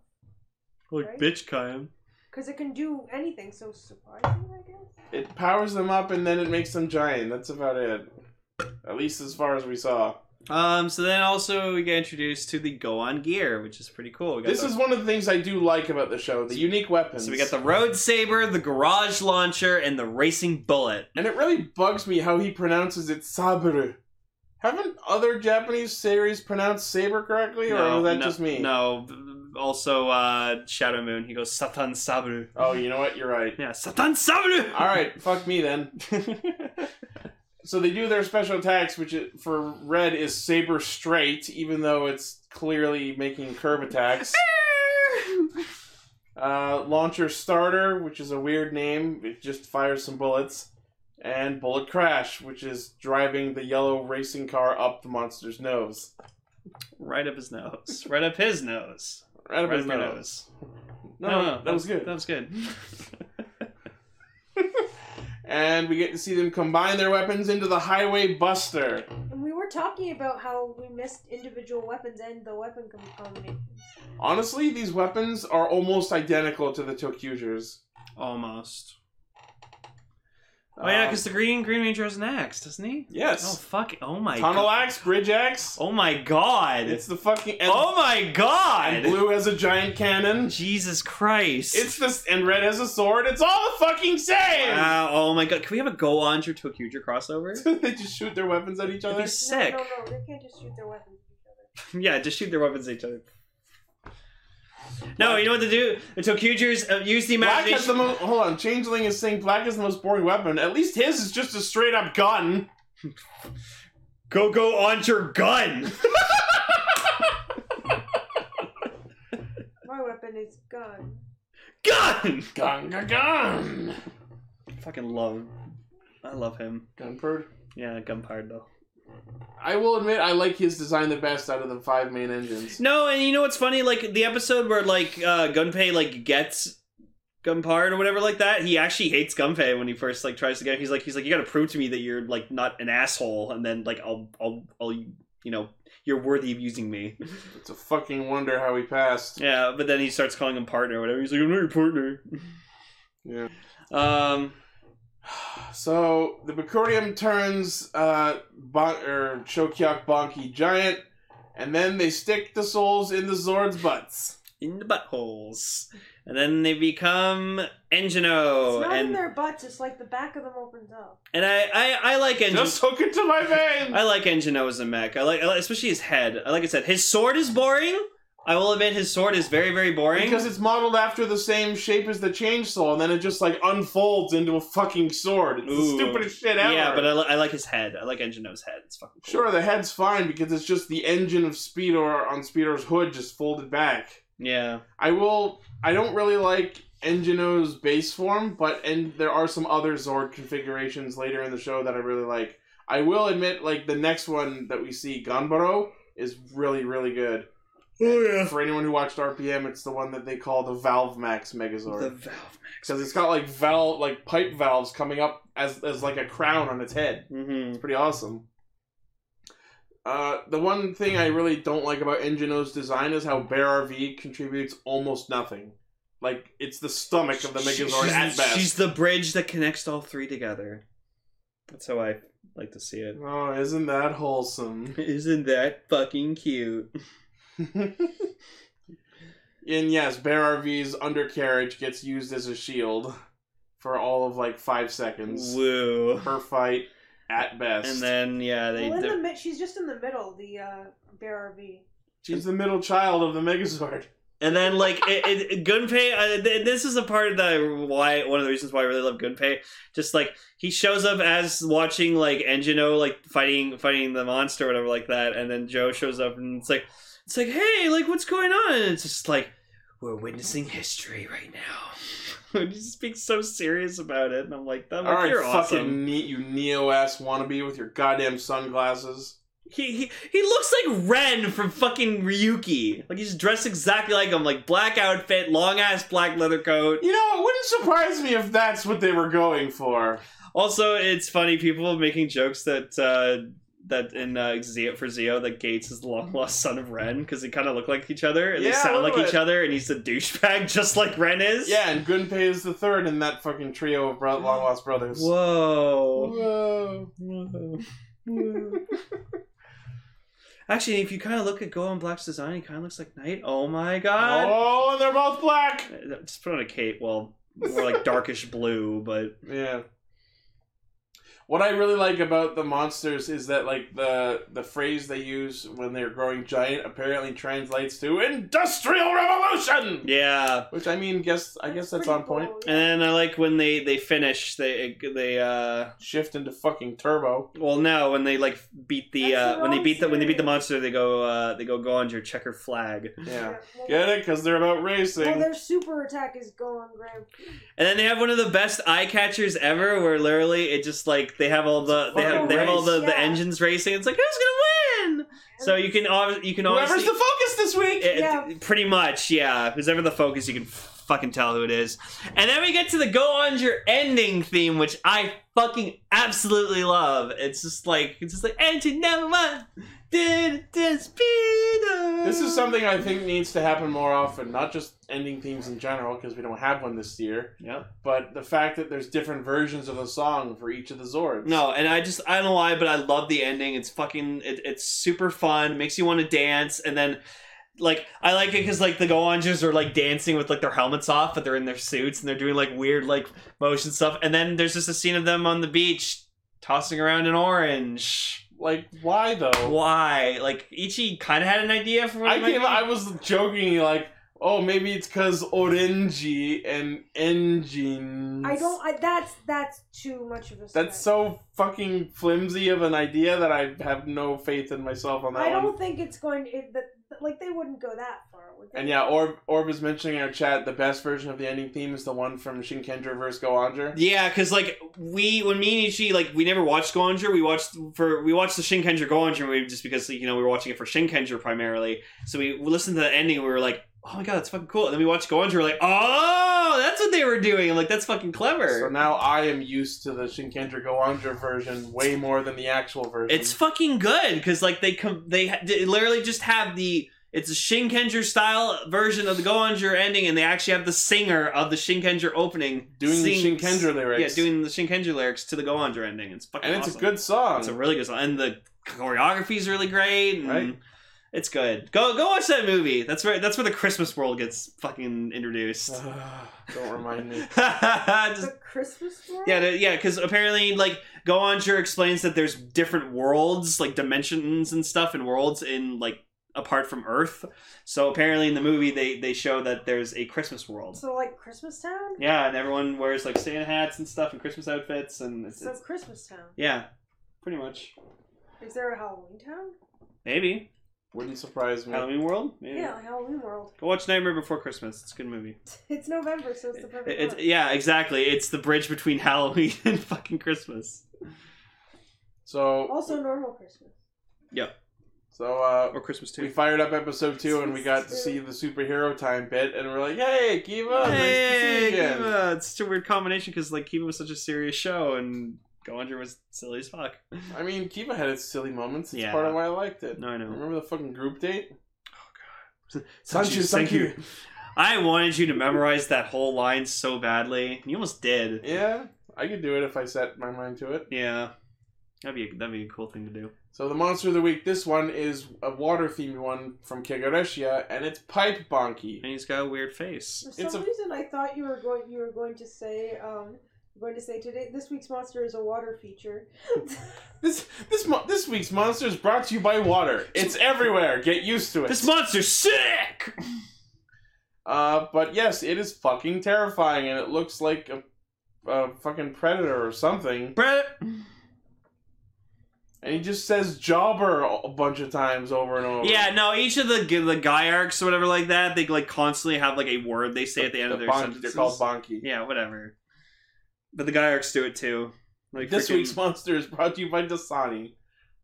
Speaker 2: like
Speaker 3: right?
Speaker 2: bitch Kyan.
Speaker 3: Because it can do anything, so surprising, I guess.
Speaker 1: It powers them up and then it makes them giant. That's about it. At least as far as we saw.
Speaker 2: Um. So then also we get introduced to the Go on Gear, which is pretty cool. We got
Speaker 1: This
Speaker 2: the-
Speaker 1: is one of the things I do like about the show: the unique weapons.
Speaker 2: So we got the road saber, the garage launcher, and the racing bullet.
Speaker 1: And it really bugs me how he pronounces it saburu. Haven't other Japanese series pronounced saber correctly, or was that
Speaker 2: no,
Speaker 1: just me?
Speaker 2: No. Also, uh, Shadow Moon. He goes Satan Sabru.
Speaker 1: Oh, you know what? You're right.
Speaker 2: Yeah, Satan Sabru.
Speaker 1: All right, fuck me then. so they do their special attacks, which i- for red is saber straight, even though it's clearly making curve attacks. Uh, launcher starter, which is a weird name, it just fires some bullets, and bullet crash, which is driving the yellow racing car up the monster's nose.
Speaker 2: right up his nose. Right up his nose.
Speaker 1: Right up
Speaker 2: right
Speaker 1: his
Speaker 2: your
Speaker 1: nose. No, no, that, was good.
Speaker 2: That was good.
Speaker 1: And we get to see them combine their weapons into the Highway Buster.
Speaker 3: And we were talking about how we missed individual weapons and the weapon com- combination.
Speaker 1: Honestly, these weapons are almost identical to the Tokugers.
Speaker 2: Almost. Oh yeah, because the Green Green Ranger has an axe, doesn't he?
Speaker 1: Um,
Speaker 2: Oh
Speaker 1: yes,
Speaker 2: fuck! Oh my
Speaker 1: tunnel
Speaker 2: god!
Speaker 1: axe, bridge axe.
Speaker 2: Oh my god!
Speaker 1: It's the fucking and,
Speaker 2: oh my
Speaker 1: and
Speaker 2: god!
Speaker 1: blue has a giant cannon.
Speaker 2: Jesus Christ!
Speaker 1: It's this and red has a sword. It's all the fucking same.
Speaker 2: Wow, oh my god! Can we have a Go on your Tokuger crossover?
Speaker 1: they just shoot their weapons at each
Speaker 2: That'd
Speaker 1: other.
Speaker 2: be sick.
Speaker 3: No, no, no, they can't just shoot their weapons at each other.
Speaker 2: yeah, just shoot their weapons at each other. No, you know what to do? The Tokugers uh, use the
Speaker 1: Black
Speaker 2: imagination.
Speaker 1: has the most. Hold on, Changeling is saying black is the most boring weapon. At least his is just a straight up gun.
Speaker 2: go go on your gun!
Speaker 3: My weapon is gun.
Speaker 2: gun!
Speaker 1: Gun, gun, gun.
Speaker 2: Fucking love. I love him.
Speaker 1: Gunpowder.
Speaker 2: Yeah, Gunpowder though.
Speaker 1: I will admit I like his design the best out of the five main engines.
Speaker 2: No, and you know what's funny? Like the episode where like uh Gunpei like gets Gunpard or whatever like that, he actually hates Gunpei when he first like tries to get he's like he's like, You gotta prove to me that you're like not an asshole and then like I'll I'll I'll you know, you're worthy of using me.
Speaker 1: It's a fucking wonder how he passed.
Speaker 2: yeah, but then he starts calling him partner or whatever. He's like, I'm not your partner.
Speaker 1: Yeah.
Speaker 2: Um
Speaker 1: So the Bacordium turns uh bon- or Shokyok Bonky giant, and then they stick the souls in the Zord's butts.
Speaker 2: in the buttholes. And then they become
Speaker 1: Oh,
Speaker 2: Engino.
Speaker 3: it's not in
Speaker 2: And
Speaker 3: their butts, it's like the back of them opens up.
Speaker 2: and I, I, I like Engino.
Speaker 1: Just hook it to my vein.
Speaker 2: I like Engino as a mech. I like, I like- especially his head. I like I said, his sword is boring. I will admit his sword is very, very boring.
Speaker 1: Because it's modeled after the same shape as the change soul, and then it just like unfolds into a fucking sword. It's
Speaker 2: Ooh.
Speaker 1: the stupidest shit ever.
Speaker 2: yeah, but uh, I, li- I like his head. I like Engino's head. It's fucking cool.
Speaker 1: sure the head's fine because it's just the engine of Speedor on Speedor's hood just folded back.
Speaker 2: Yeah.
Speaker 1: I will. I don't really like Engino's base form, but and there are some other Zord configurations later in the show that I really like. I will admit, like the next one that we see, Ganbaro, is really really good.
Speaker 2: Oh yeah.
Speaker 1: For anyone who watched RPM, it's the one that they call the Valve Max
Speaker 2: The
Speaker 1: Megazord
Speaker 2: valve.
Speaker 1: because it's got like valve, like pipe valves coming up as as like a crown on its head.
Speaker 2: Mm-hmm.
Speaker 1: It's pretty awesome. Uh, the one thing I really don't like about Engino's design is how Bear RV contributes almost nothing. Like it's the stomach of the Megazord at best.
Speaker 2: She's the bridge that connects all three together. That's how I like to see it.
Speaker 1: Oh, isn't that wholesome?
Speaker 2: Isn't that fucking cute?
Speaker 1: and yes, Bear RV's undercarriage gets used as a shield for all of like five seconds
Speaker 2: Woo.
Speaker 1: per fight at best.
Speaker 2: And then yeah, they.
Speaker 3: well, in
Speaker 2: they're-
Speaker 3: the mid- she's just in the middle, the uh, bear RV.
Speaker 1: She's the middle child of the Megazord.
Speaker 2: And then like it, it, it- Gunpei, uh, th- this is a part of the why one of the reasons why I really love Gunpei. Just like he shows up as watching like Engino like fighting fighting the monster or whatever like that, and then Joe shows up and it's like it's like hey like what's going on? And it's just like we're witnessing history right now. and he's just being so serious about it, and I'm like, that
Speaker 1: All right,
Speaker 2: you're
Speaker 1: fucking
Speaker 2: awesome.
Speaker 1: neat, you neo ass wannabe with your goddamn sunglasses.
Speaker 2: He, he he looks like Ren from fucking Ryuki. Like he's dressed exactly like him, like black outfit, long ass black leather coat.
Speaker 1: You know, it wouldn't surprise me if that's what they were going for.
Speaker 2: Also, it's funny people making jokes that uh, that in uh, Zeo for Zeo that Gates is the long lost son of Ren because they kind of look like each other and they
Speaker 1: Mm-hmm. Yeah, a
Speaker 2: sound like
Speaker 1: little
Speaker 2: each
Speaker 1: bit.
Speaker 2: other and he's a douchebag just like Ren is.
Speaker 1: Yeah, and Gunpei is the third in that fucking trio of bro- long lost brothers.
Speaker 2: Whoa.
Speaker 1: Whoa.
Speaker 2: Actually, if you kind of look at Gohan Black's design, he kind of looks like Knight. Oh my god.
Speaker 1: Oh, and they're both black.
Speaker 2: Just put on a cape. Well, more like darkish blue, but
Speaker 1: Yeah. What I really like about the monsters is that like the the phrase they use when they're growing giant apparently translates to industrial revolution.
Speaker 2: yeah.
Speaker 1: Which I mean, guess I guess that's
Speaker 3: Pretty
Speaker 1: on point.
Speaker 3: cool, yeah.
Speaker 2: And then I like when they they finish they they uh
Speaker 1: Shift into fucking turbo.
Speaker 2: well no when they like beat the
Speaker 3: That's
Speaker 2: uh
Speaker 3: the
Speaker 2: when they
Speaker 3: wrong
Speaker 2: beat the when they beat the
Speaker 3: series.
Speaker 2: monster they go uh they go go on your checker flag
Speaker 1: Yeah.
Speaker 3: well-
Speaker 1: Get it? Because they're about
Speaker 3: Well,
Speaker 1: racing.
Speaker 3: their super attack is gone, Graham.
Speaker 2: and then they have one of the best eye catchers ever where literally it just like they have all the they have they have all the, the
Speaker 3: Yeah.
Speaker 2: engines racing it's like who's gonna win so you can ob- you can
Speaker 1: Whoever's
Speaker 2: obviously
Speaker 1: the focus this week.
Speaker 2: It-
Speaker 3: Yeah.
Speaker 2: Pretty much, yeah. Who's ever the focus, you can fucking tell who it is. And then we get to the Go On Your Ending theme, which I fucking absolutely love. It's just like, it's just like, engine number one did this Peter.
Speaker 1: This is something I think needs to happen more often, not just ending themes in general, because we don't have one this year,
Speaker 2: Yeah.
Speaker 1: but the fact that there's different versions of the song for each of the Zords.
Speaker 2: No, and I just, I don't know why, but I love the ending. It's fucking, it, it's super fun, makes you want to dance, and then. Like I like it because like the Goangers are like dancing with like their helmets off, but they're in their suits and they're doing like weird like motion stuff. And then there's just a scene of them on the beach tossing around an orange.
Speaker 1: Like, why though?
Speaker 2: Why? Like Ichi kind of had an idea for what
Speaker 1: I
Speaker 2: it might
Speaker 1: came,
Speaker 2: be.
Speaker 1: I was joking, like, oh, maybe it's because Orenji and engines.
Speaker 3: I don't. I, that's that's too much of a.
Speaker 1: That's
Speaker 3: stretch.
Speaker 1: so fucking flimsy of an idea that I have no faith in myself on that
Speaker 3: I
Speaker 1: one.
Speaker 3: don't think it's going. It, that, like they wouldn't go that far. Would they?
Speaker 1: And yeah, Orb, Orb is mentioning in our chat the best version of the ending theme is the one from Shinkendra vs. Goanger.
Speaker 2: Yeah, because like we, when me and Ichi, like we never watched Gonger. We watched for we watched the Shinkenger Gonger movie just because you know we were watching it for Shinkenger primarily. So we listened to the ending. and We were like, oh my god, that's fucking cool. And then we watched Gonger. We're like, oh, that's what they were doing. I'm like, that's fucking clever.
Speaker 1: So now I am used to the Shinkendra Goanger version way more than the actual version.
Speaker 2: It's fucking good because like they come, they, ha- they literally just have the it's a Shinkenger style version of the Goanger ending, and they actually have the singer of the Shinkenger opening
Speaker 1: doing the
Speaker 2: sing-
Speaker 1: Shinkendra lyrics.
Speaker 2: Yeah, doing the Shinkenger lyrics to the Goanger ending. It's fucking
Speaker 1: and it's
Speaker 2: awesome.
Speaker 1: a good song.
Speaker 2: It's a really good song, and the choreography is really great. And
Speaker 1: Right.
Speaker 2: It's good. Go go watch that movie. That's where that's where the Christmas world gets fucking introduced.
Speaker 1: Uh-huh. Don't remind me.
Speaker 2: Just
Speaker 3: the Christmas story.
Speaker 2: yeah, the- yeah, because apparently, like, Goanger explains that there's different worlds, like dimensions and stuff, and worlds in like apart from Earth. So apparently, in the movie, they they show that there's a Christmas world.
Speaker 3: So like Christmas Town.
Speaker 2: Yeah, and everyone wears like Santa hats and stuff and Christmas outfits, and it's,
Speaker 3: So
Speaker 2: it's
Speaker 3: Christmas Town.
Speaker 2: yeah, pretty much.
Speaker 3: Is there a Halloween Town?
Speaker 2: Maybe
Speaker 1: Wouldn't surprise me.
Speaker 2: Halloween World. Maybe.
Speaker 3: Yeah, like Halloween World.
Speaker 2: Go watch Nightmare Before Christmas. It's a good movie.
Speaker 3: It's November, so it's the
Speaker 2: It-
Speaker 3: perfect.
Speaker 2: it's-
Speaker 3: month.
Speaker 2: yeah, exactly. It's the bridge between Halloween and fucking Christmas
Speaker 1: So,
Speaker 3: Also, normal Christmas.
Speaker 1: so uh,
Speaker 2: or Christmas
Speaker 1: we
Speaker 2: too.
Speaker 1: fired up episode two and we got to see the superhero time bit, and we're like, "Hey, Kiva,
Speaker 2: Hey,
Speaker 1: nice to see you again."
Speaker 2: Kiva. It's such a weird combination because like Kiva was such a serious show and Goanger was silly as fuck.
Speaker 1: I mean, Kiva had its silly moments. It's
Speaker 2: Yeah.
Speaker 1: part of why I liked it.
Speaker 2: No, I know.
Speaker 1: Remember the fucking group date?
Speaker 2: Thank you, Oh, thank you. I wanted you to memorize that whole line so badly. You almost did.
Speaker 1: Yeah, I could do it if I set my mind to it.
Speaker 2: Yeah, that'd be a, that'd be a cool thing to do.
Speaker 1: So the monster of the week, this one is a water themed one from Kegareshia, and it's pipe bonky.
Speaker 2: And he's got a weird face.
Speaker 3: For
Speaker 1: It's
Speaker 3: some
Speaker 1: a-
Speaker 3: reason, I thought you were going. You were going to say um, I'm going to say today this week's monster is a water feature.
Speaker 1: This this mo- this week's monster is brought to you by water. It's everywhere. Get used to it.
Speaker 2: This monster's sick.
Speaker 1: Uh, but yes, it is fucking terrifying, and it looks like a, a fucking predator or something.
Speaker 2: Brett,
Speaker 1: And he just says "jobber" a bunch of times over and over.
Speaker 2: Yeah, no. Each of the the guy arcs or whatever like that, they like constantly have like a word they say at the end
Speaker 1: The
Speaker 2: of their
Speaker 1: bonk- they're
Speaker 2: sentences.
Speaker 1: called bonky.
Speaker 2: yeah, whatever. But the guy arcs do it too. Like
Speaker 1: This
Speaker 2: freaking-
Speaker 1: week's monster is brought to you by Dasani,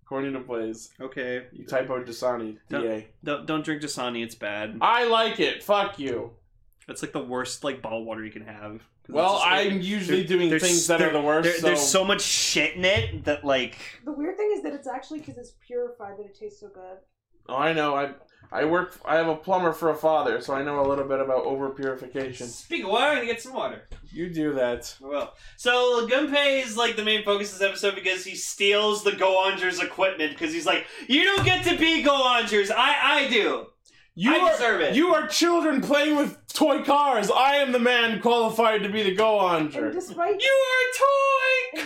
Speaker 1: according to Blaze.
Speaker 2: okay.
Speaker 1: You type out Dasani,
Speaker 2: No.
Speaker 1: DA.
Speaker 2: Don't don't drink Dasani. It's bad.
Speaker 1: I like it. Fuck you.
Speaker 2: It's like the worst like bottled water you can have. 'Cause it's
Speaker 1: Well,
Speaker 2: just, like-
Speaker 1: I'm usually
Speaker 2: there-
Speaker 1: doing
Speaker 2: there's-
Speaker 1: things that
Speaker 2: there-
Speaker 1: are the worst.
Speaker 2: there-
Speaker 1: so.
Speaker 2: There's so much shit in it that like
Speaker 3: The weird thing is that it's actually because it's purified that it tastes so good.
Speaker 1: oh, I know. I I work. I have a plumber for a father, so I know a little bit about over purification.
Speaker 2: Speak of water, I'm gonna get some water.
Speaker 1: You do that.
Speaker 2: Oh, Well, so Gunpei is like the main focus of this episode because he steals the Goanger's equipment because he's like, you don't get to be Goanger's, I I do.
Speaker 1: You
Speaker 2: I
Speaker 1: are,
Speaker 2: deserve it.
Speaker 1: You are children playing with toy cars. I am the man qualified to be the
Speaker 3: And
Speaker 1: go-onger.
Speaker 3: despite
Speaker 2: You are a toy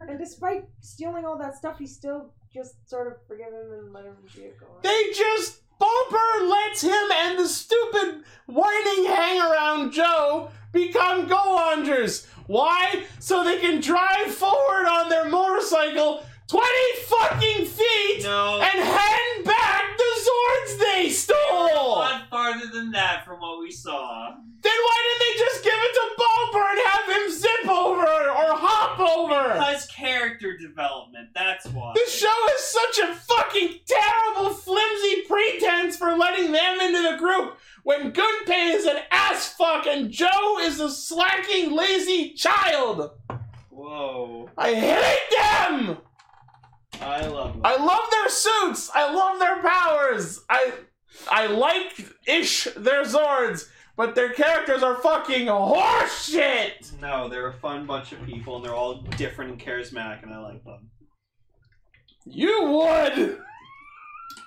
Speaker 2: car.
Speaker 3: and despite stealing all that stuff, he still just sort of forgive him and let him be a goer.
Speaker 1: They just Bumper lets him and the stupid whining hangaround Joe become go-ongers. Why? So they can drive forward on their motorcycle twenty fucking feet
Speaker 2: No,
Speaker 1: and hand back the Zords they
Speaker 2: a
Speaker 1: stole.
Speaker 2: lot farther than that from what we saw.
Speaker 1: Then why didn't they just give it to Bumper and have him zip over or hop over?
Speaker 2: Because character development, that's why.
Speaker 1: This show is such a fucking terrible, flimsy pretense for letting them into the group when Gunpei is an ass fuck and Joe is a slacking, lazy child.
Speaker 2: Whoa,
Speaker 1: I hate them.
Speaker 2: I love it.
Speaker 1: I love their suits. I love their powers. I I like ish their Zords, but their characters are fucking horseshit.
Speaker 2: No, they're a fun bunch of people and they're all different and charismatic, and I like them.
Speaker 1: You would.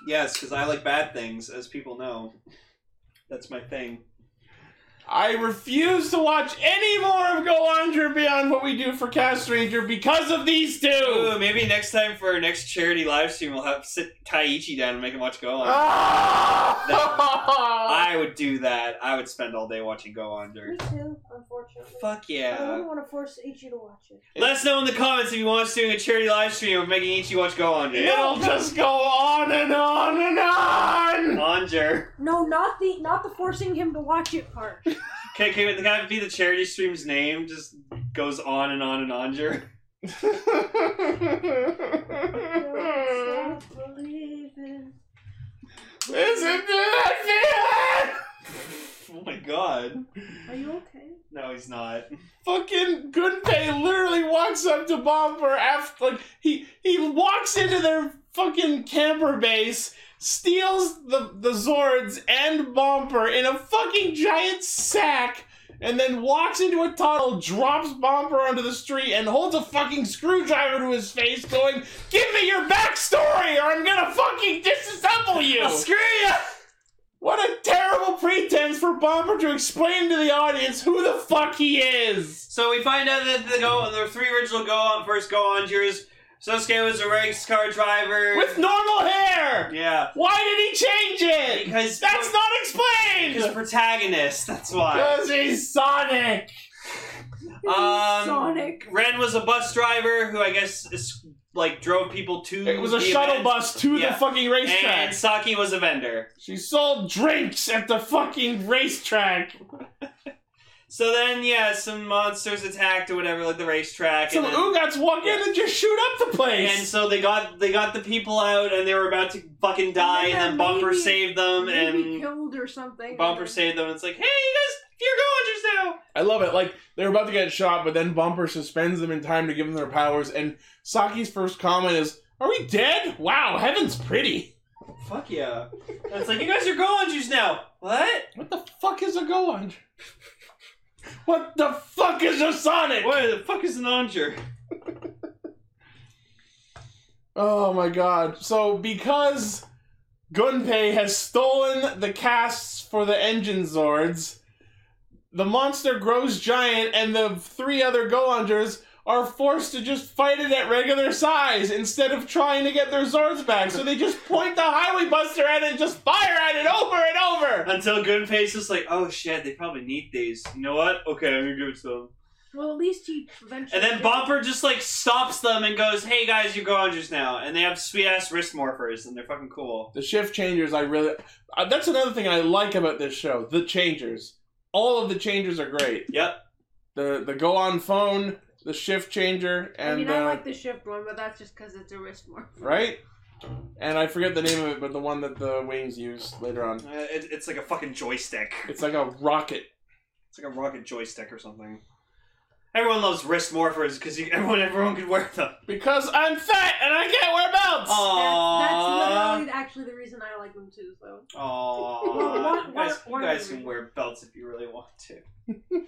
Speaker 2: Yes, because I like bad things, as people know. That's my thing.
Speaker 1: I refuse to watch any more of Go Under beyond what we do for Cast Ranger because of these two.
Speaker 2: Ooh, maybe next time for our next charity live stream, we'll have sit Taiichi down and make him watch Go On.
Speaker 1: Ah!
Speaker 2: I would do that. I would spend all day watching Go Under.
Speaker 3: Me too, unfortunately.
Speaker 2: Fuck
Speaker 3: But I
Speaker 2: yeah.
Speaker 3: wouldn't want to force each you to watch it.
Speaker 2: Let us know in the comments if you want us doing a charity live stream of making Ichi watch Go Under.
Speaker 1: It'll just go on and on and on.
Speaker 2: Onger.
Speaker 3: No, not the not the forcing him to watch it part.
Speaker 2: Okay, can the guy be the charity stream's name? Just goes on and on and Onger.
Speaker 3: Don't stop believing.
Speaker 1: Listen to that feeling.
Speaker 2: Oh my god.
Speaker 3: Are you okay?
Speaker 2: No, he's not.
Speaker 1: fucking Gunpei literally walks up to Bomber after like he he walks into their fucking camper base, steals the the Zords and Bomber in a fucking giant sack, and then walks into a tunnel, drops Bomber onto the street, and holds a fucking screwdriver to his face, going, "Give me your backstory, or I'm gonna fucking disassemble you."
Speaker 2: I'll screw you!
Speaker 1: What a terrible pretense for Bomber to explain to the audience who the fuck he is.
Speaker 2: So we find out that the go the three original go on first go on jurors. Sosuke was a race car driver.
Speaker 1: With normal hair!
Speaker 2: yeah,
Speaker 1: Why did he change it?
Speaker 2: because
Speaker 1: That's not
Speaker 2: because
Speaker 1: explained!
Speaker 2: protagonist. That's why.
Speaker 1: Because he's Sonic!
Speaker 2: Um,
Speaker 3: Sonic.
Speaker 2: Ren was a bus driver who I guess is, like drove people to.
Speaker 1: It was a
Speaker 2: the
Speaker 1: shuttle
Speaker 2: event.
Speaker 1: bus to
Speaker 2: Yeah.
Speaker 1: the fucking
Speaker 2: And
Speaker 1: racetrack.
Speaker 2: Saki was a vendor.
Speaker 1: She sold drinks at the fucking racetrack.
Speaker 2: So then, yeah, some monsters attacked or whatever, like the racetrack.
Speaker 1: Some
Speaker 2: and then-
Speaker 1: Ugats walk in and just shoot up the
Speaker 2: and
Speaker 1: place.
Speaker 2: so they got they got the people out, and they were about to fucking die, and
Speaker 3: Yeah,
Speaker 2: then, Bumper
Speaker 3: maybe-
Speaker 2: saved them,
Speaker 3: Maybe
Speaker 2: Um, and
Speaker 3: killed or something.
Speaker 2: Bumper saved them. It's like, hey, you guys, you're going just now.
Speaker 1: I love it. Like, they're about to get shot, but then Bumper suspends them in time to give them their powers, and Saki's first comment is, Are we dead? Wow, heaven's pretty.
Speaker 2: Fuck yeah. And it's like, you guys are going juice now. What?
Speaker 1: What the fuck is a go on? What the fuck is a Sonic?
Speaker 2: What the fuck is an onger?
Speaker 1: Oh my god. So because Gunpei has stolen the casts for the engine zords, the monster grows giant, and the three other Goanders are forced to just fight it at regular size instead of trying to get their swords back. So they just point the Highway Buster at it and just fire at it over and over.
Speaker 2: Until Gunpei's just like, oh shit, they probably need these. You know what? Okay, I'm gonna give it to them.
Speaker 3: Well, at least he eventually.
Speaker 2: And then Bumper just like stops them and goes, hey guys, you're Goanders now. And they have sweet ass wrist morphers and they're fucking cool.
Speaker 1: The shift changers, I really. Uh, that's another thing I like about this show. The changers. All of the changers are great.
Speaker 2: Yep.
Speaker 1: The the go on phone, the shift changer, and
Speaker 3: I mean,
Speaker 1: uh,
Speaker 3: I like the shift one, but that's just because it's a wrist morph.
Speaker 1: right. And I forget the name of it, but the one that the wings use later on.
Speaker 2: Uh, it, it's like a fucking joystick.
Speaker 1: It's like a rocket.
Speaker 2: It's like a rocket joystick or something. Everyone loves wrist morphers because everyone everyone could wear them.
Speaker 1: Because I'm fat and I can't wear belts.
Speaker 2: Oh,
Speaker 3: That's, that's
Speaker 2: Aww.
Speaker 3: literally actually the reason I like them too. So
Speaker 2: Aww. You
Speaker 3: One-
Speaker 2: guys,
Speaker 3: one-
Speaker 2: you guys
Speaker 3: one-
Speaker 2: can wear belts if you really want to.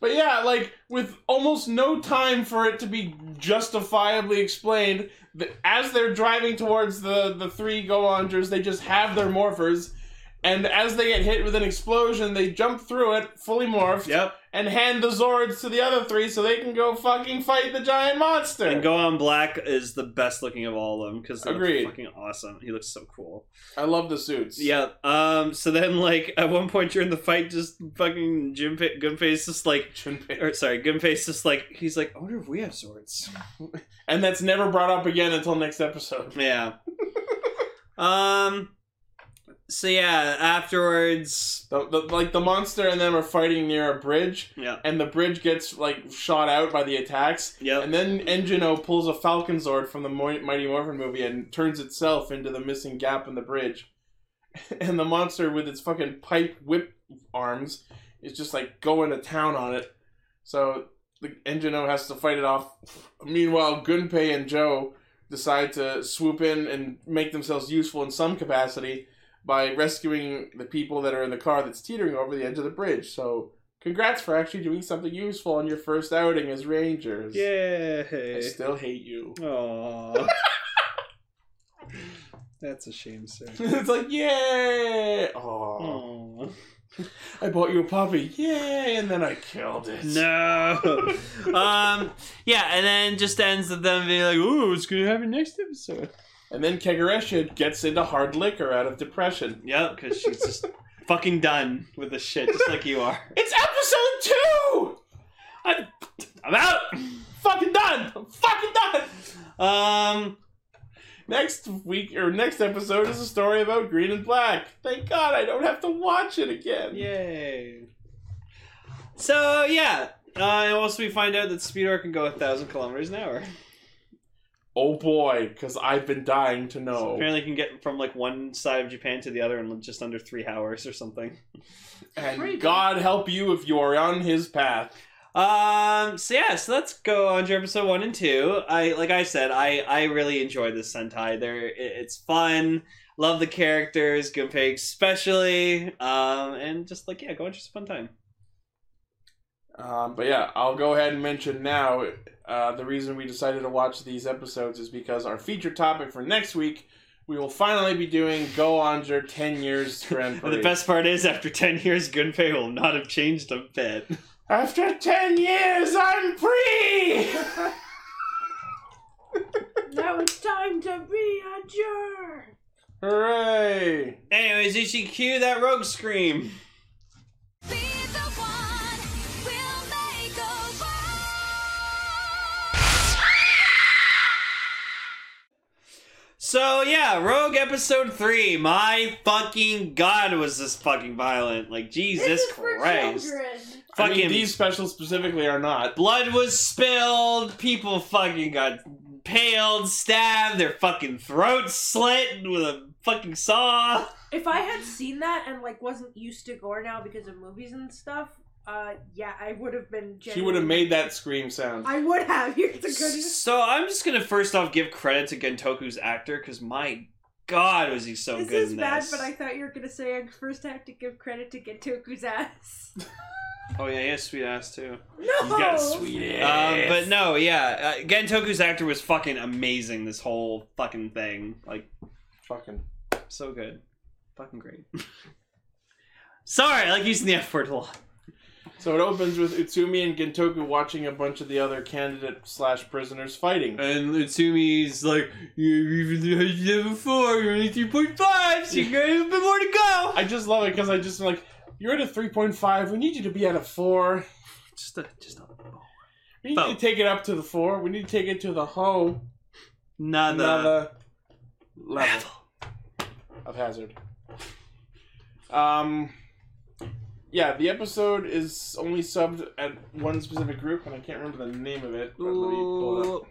Speaker 1: But yeah, like with almost no time for it to be justifiably explained, th- as they're driving towards the the three Goanders, they just have their morphers, and as they get hit with an explosion, they jump through it fully morphed
Speaker 2: Yep.
Speaker 1: and hand the Zords to the other three so they can go fucking fight the giant monster.
Speaker 2: And Go on Black is the best looking of all of them because they
Speaker 1: Agreed.
Speaker 2: look fucking awesome. He looks so cool.
Speaker 1: I love the suits.
Speaker 2: Yeah. Um. So then, like, at one point during the fight, just fucking Jim Fa- Gunface just like,
Speaker 1: Junpei.
Speaker 2: or sorry, Gunface just like, he's like, I wonder if we have swords.
Speaker 1: And that's never brought up again until next episode.
Speaker 2: Yeah. um. So yeah, afterwards.
Speaker 1: The, the, like the monster and them are fighting near a bridge,
Speaker 2: Yeah.
Speaker 1: and the bridge gets like shot out by the attacks,
Speaker 2: Yep.
Speaker 1: And then Engino pulls a Falcon Zord from the Mo- Mighty Morphin movie and turns itself into the missing gap in the bridge. And the monster with its fucking pipe whip arms is just like going to town on it. So the Engino has to fight it off. Meanwhile, Gunpei and Joe decide to swoop in and make themselves useful in some capacity by rescuing the people that are in the car that's teetering over the edge of the bridge. So congrats for actually doing something useful on your first outing as Rangers. I
Speaker 2: Yay.
Speaker 1: still hate you.
Speaker 2: Aww. That's a shame, sir.
Speaker 1: it's like, yay! Oh,
Speaker 2: Aww.
Speaker 1: I bought you a puppy, yay! And then I killed it.
Speaker 2: No. um. Yeah, and then just ends with them being like, "Ooh, it's gonna happen next episode."
Speaker 1: And then Kegaresha gets into hard liquor out of depression.
Speaker 2: Yep, because she's just fucking done with the shit, just like you are.
Speaker 1: It's episode two.
Speaker 2: I'm, I'm out.
Speaker 1: Fucking done. I'm fucking done.
Speaker 2: Um.
Speaker 1: Next week or next episode is a story about green and black. Thank God I don't have to watch it again.
Speaker 2: Yay. So yeah. Uh, and also we find out that Speedor can go a thousand kilometers an hour.
Speaker 1: Oh boy, because I've been dying to know.
Speaker 2: So apparently can get from like one side of Japan to the other in just under three hours or something.
Speaker 1: and God help you if you are on his path.
Speaker 2: Um. So yeah. So let's go on to episode one and two. I like I said. I I really enjoy this Sentai. There, it, it's fun. Love the characters, Gunpei especially, um, and just like yeah, go on just a fun time.
Speaker 1: Um, but yeah, I'll go ahead and mention now uh, the reason we decided to watch these episodes is because our feature topic for next week, we will finally be doing Go On Your 10 Years Grand
Speaker 2: And
Speaker 1: Prix.
Speaker 2: the best part is, after ten years, Gunpei will not have changed a bit.
Speaker 1: After 10 years, I'm free!
Speaker 3: now it's time to be a jerk.
Speaker 1: Hooray!
Speaker 2: Anyways, you should cue that rogue scream.
Speaker 6: Be the one we'll make a world.
Speaker 2: So yeah, Rogue episode three. My fucking god, was this fucking violent? Like Jesus
Speaker 3: This is for
Speaker 2: Christ!
Speaker 3: children.
Speaker 1: I
Speaker 2: Fucking
Speaker 1: mean, these specials specifically are not.
Speaker 2: blood was spilled. People fucking got paled, stabbed, their fucking throats slit with a fucking saw.
Speaker 3: If I had seen that and like wasn't used to gore now because of movies and stuff, uh, yeah, I would have been.
Speaker 1: She would have made that scream sound.
Speaker 3: I would have. Here's the good.
Speaker 2: So I'm just gonna first off give credit to Gentoku's actor because my god was he so
Speaker 3: this
Speaker 2: good
Speaker 3: is
Speaker 2: in
Speaker 3: bad,
Speaker 2: this.
Speaker 3: but I thought you were gonna say I first have to give credit to Gentoku's ass.
Speaker 2: Oh yeah, he has sweet ass too.
Speaker 3: No.
Speaker 2: Um, but no, yeah, uh, Gentoku's actor was fucking amazing. This whole fucking thing, like,
Speaker 1: Fucking.
Speaker 2: so good, fucking great. Sorry, I like using the F word a lot.
Speaker 1: So it opens with Utsumi and Gentoku watching a bunch of the other candidate slash prisoners fighting.
Speaker 2: And Utsumi's like, you even though you did before, you're only 3.5, so you got a little bit more to go.
Speaker 1: I just love it because I just like you're at a three point five. We need you to be at a four.
Speaker 2: Just a, just a,
Speaker 1: We need
Speaker 2: Four.
Speaker 1: you to take it up to the four. We need to take it to the whole
Speaker 2: another,
Speaker 1: another level.
Speaker 2: level.
Speaker 1: of Hazard. Um, yeah, the episode is only subbed at one specific group, and I can't remember the name of it. But let me pull it up.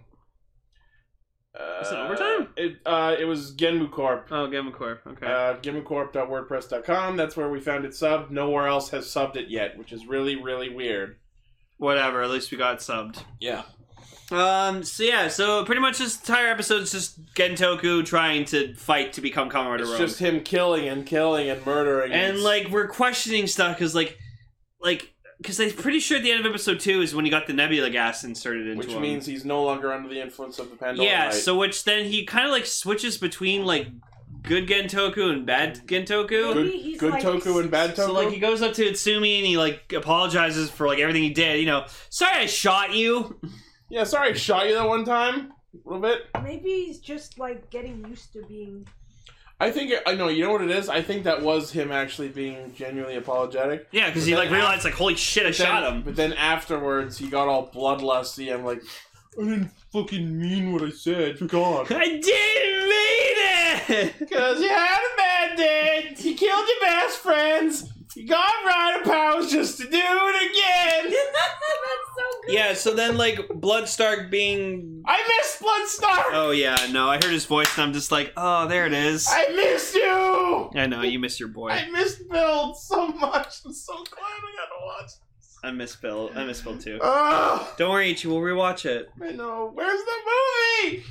Speaker 1: Uh,
Speaker 2: Is it overtime?
Speaker 1: It uh, it was Genmu Corp.
Speaker 2: Oh, Gamma Corp. Okay.
Speaker 1: Uh, GenmuCorp.wordpress.com. That's where we found it subbed. Nowhere else has subbed it yet, which is really really weird.
Speaker 2: Whatever, at least we got subbed.
Speaker 1: Yeah.
Speaker 2: Um, so yeah, so pretty much this entire episode is just Gentoku trying to fight to become Comrade
Speaker 1: It's
Speaker 2: Rogue.
Speaker 1: just him killing and killing and murdering.
Speaker 2: and
Speaker 1: It's-
Speaker 2: like we're questioning stuff because like like because i'm pretty sure at the end of episode two is when he got the nebula gas inserted into
Speaker 1: which
Speaker 2: him
Speaker 1: means he's no longer under the influence of the Pandora.
Speaker 2: yeah
Speaker 1: Light.
Speaker 2: so which then he kind of like switches between like good gentoku and bad gentoku
Speaker 1: good,
Speaker 3: Maybe he's
Speaker 1: good
Speaker 3: like-
Speaker 1: Toku and bad Toku.
Speaker 2: so like he goes up to Itsumi and he like apologizes for like everything he did. You know, sorry I shot you.
Speaker 1: Yeah, sorry, I shot you that one time. A little bit.
Speaker 3: Maybe he's just like getting used to being.
Speaker 1: I think I know. You know what it is? I think that was him actually being genuinely apologetic.
Speaker 2: Yeah, because he
Speaker 1: But
Speaker 2: like
Speaker 1: then
Speaker 2: realized like holy shit I shot
Speaker 1: Then-
Speaker 2: him.
Speaker 1: But then afterwards, he got all bloodlusty and like, I didn't fucking mean what I said. God.
Speaker 2: I didn't mean it.
Speaker 1: Because you had a bad day. You killed your best friends. You got rider powers just to do it again.
Speaker 3: That's so good.
Speaker 2: yeah. So then like Bloodstark being
Speaker 1: I miss Bloodstar.
Speaker 2: Oh yeah, no, I heard his voice and I'm just like, oh, there it is. I,
Speaker 1: I miss you.
Speaker 2: know you miss your boy. I,
Speaker 1: I missed Bill so much. I'm so glad I got to watch.
Speaker 2: miss Bill. I miss Bill too.
Speaker 1: Oh,
Speaker 2: Don't worry, Ichi, we'll rewatch it.
Speaker 1: I know. Where's the movie?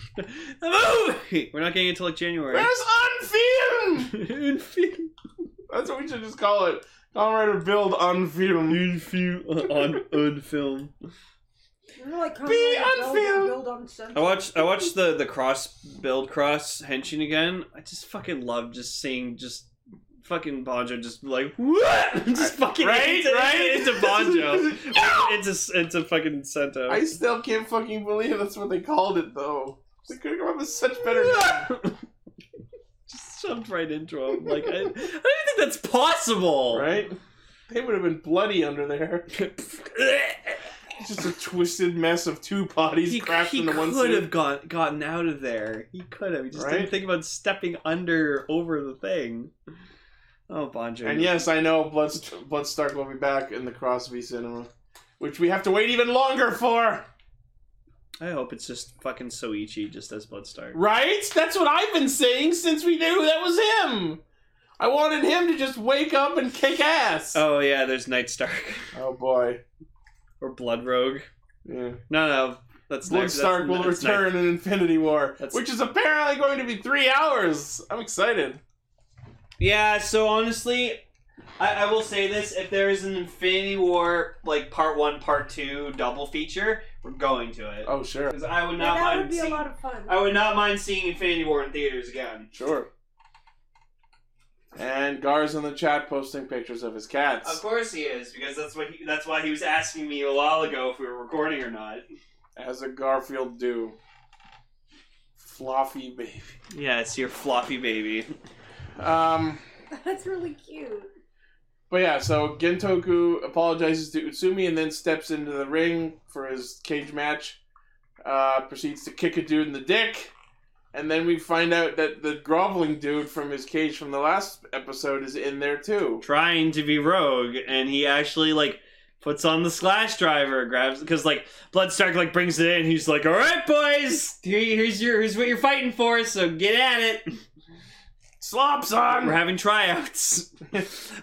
Speaker 2: The movie. We're not getting it until like January.
Speaker 1: Where's Unfilm?
Speaker 2: on
Speaker 1: That's what we should just call it. Colorado Build Unfilm.
Speaker 2: uh, on film.
Speaker 3: Remember, like, Conrad
Speaker 1: Be
Speaker 3: build-
Speaker 1: unfair.
Speaker 3: build on
Speaker 2: I
Speaker 3: something.
Speaker 2: watched I watched the the cross build cross henshin again. I just fucking love just seeing just fucking Bonjo just like what just fucking
Speaker 1: Right,
Speaker 2: into,
Speaker 1: right?
Speaker 2: into Bonjo. it's a it's a fucking Sento.
Speaker 1: I still can't fucking believe that's what they called it though. They could have come up with such better.
Speaker 2: just jumped right into him. Like I, I don't even think that's possible.
Speaker 1: right? They would have been bloody under there. It's just a twisted mess of two bodies
Speaker 2: he
Speaker 1: crashed
Speaker 2: he
Speaker 1: into one
Speaker 2: could have
Speaker 1: suit.
Speaker 2: got, gotten out of there. He could have. He just
Speaker 1: Right?
Speaker 2: didn't think about stepping under over the thing. Oh, Bonjo.
Speaker 1: And yes, I know Blood Bloodstark will be back in the Crosby Cinema, which we have to wait even longer for.
Speaker 2: I hope it's just fucking Soichi just as Bloodstar.
Speaker 1: Right? That's what I've been saying since we knew that was him. I wanted him to just wake up and kick ass.
Speaker 2: Oh yeah, there's Night Stark
Speaker 1: Oh, boy.
Speaker 2: or Blood Rogue.
Speaker 1: Yeah.
Speaker 2: No, no, that's
Speaker 1: Blood
Speaker 2: next-
Speaker 1: Stark
Speaker 2: that's-
Speaker 1: will
Speaker 2: that's next.
Speaker 1: return in Infinity War,
Speaker 2: That's-
Speaker 1: which is apparently going to be three hours. I'm excited.
Speaker 2: Yeah, so honestly, I, I will say this: if there is an Infinity War like Part One, Part Two double feature, we're going to it.
Speaker 1: Oh, sure.
Speaker 2: 'Cause I would
Speaker 3: Yeah,
Speaker 2: not
Speaker 3: that
Speaker 2: mind
Speaker 3: would be a
Speaker 2: seeing.
Speaker 3: lot of fun.
Speaker 2: I would not mind seeing Infinity War in theaters again.
Speaker 1: Sure. And Gar's in the chat posting pictures of his cats.
Speaker 2: Of course he is, because that's what he, that's why he was asking me a while ago if we were recording or not.
Speaker 1: As a Garfield do. Floppy baby.
Speaker 2: Yeah, it's your floppy baby.
Speaker 1: Um,
Speaker 3: That's really cute.
Speaker 1: but yeah, so Gentoku apologizes to Utsumi and then steps into the ring for his cage match. Uh, proceeds to kick a dude in the dick. And then we find out that the groveling dude from his cage from the last episode is in there too.
Speaker 2: Trying to be rogue, and he actually like puts on the slash driver, grabs because like Bloodstark like brings it in. He's like, "All right, boys, here, here's your here's what you're fighting for. So get at it.
Speaker 1: Slops
Speaker 2: We're
Speaker 1: on
Speaker 2: having tryouts."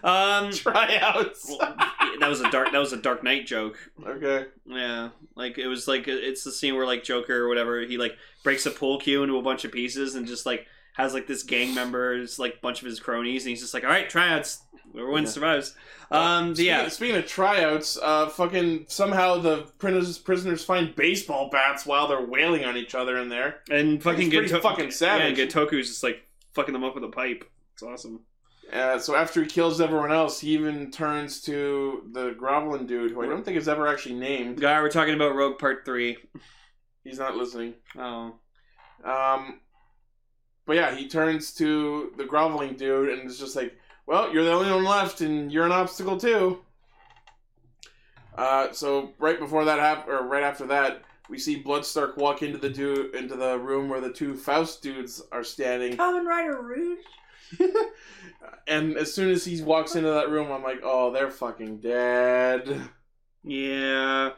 Speaker 2: um,
Speaker 1: tryouts.
Speaker 2: that was a dark that was a Dark Knight joke.
Speaker 1: okay.
Speaker 2: Yeah, like it was like it's the scene where like Joker or whatever he like breaks a pool cue into a bunch of pieces and just like has like this gang members like bunch of his cronies and he's just like, all right, tryouts, whoever wins
Speaker 1: Yeah.
Speaker 2: survives. Um, so yeah,
Speaker 1: Speaking, speaking of tryouts, uh, fucking somehow the prisoners prisoners find baseball bats while they're wailing on each other in there.
Speaker 2: and fucking
Speaker 1: It's pretty
Speaker 2: Goto-
Speaker 1: fucking
Speaker 2: yeah, and
Speaker 1: savage.
Speaker 2: Gotoku's just like fucking them up with a pipe. It's awesome.
Speaker 1: Uh, so after he kills everyone else, he even turns to the groveling dude, who I don't think is ever actually named.
Speaker 2: Guy, we're talking about Rogue Part Three.
Speaker 1: He's not listening.
Speaker 2: Oh,
Speaker 1: Um, but yeah, he turns to the groveling dude and is just like, "Well, you're the only one left, and you're an obstacle too." Uh, so right before that hap- or right after that, we see Bloodstark walk into the dude into the room where the two Faust dudes are standing,
Speaker 3: Common Rider Rouge.
Speaker 1: and as soon as he walks into that room, I'm like, "Oh, they're fucking dead."
Speaker 2: yeah.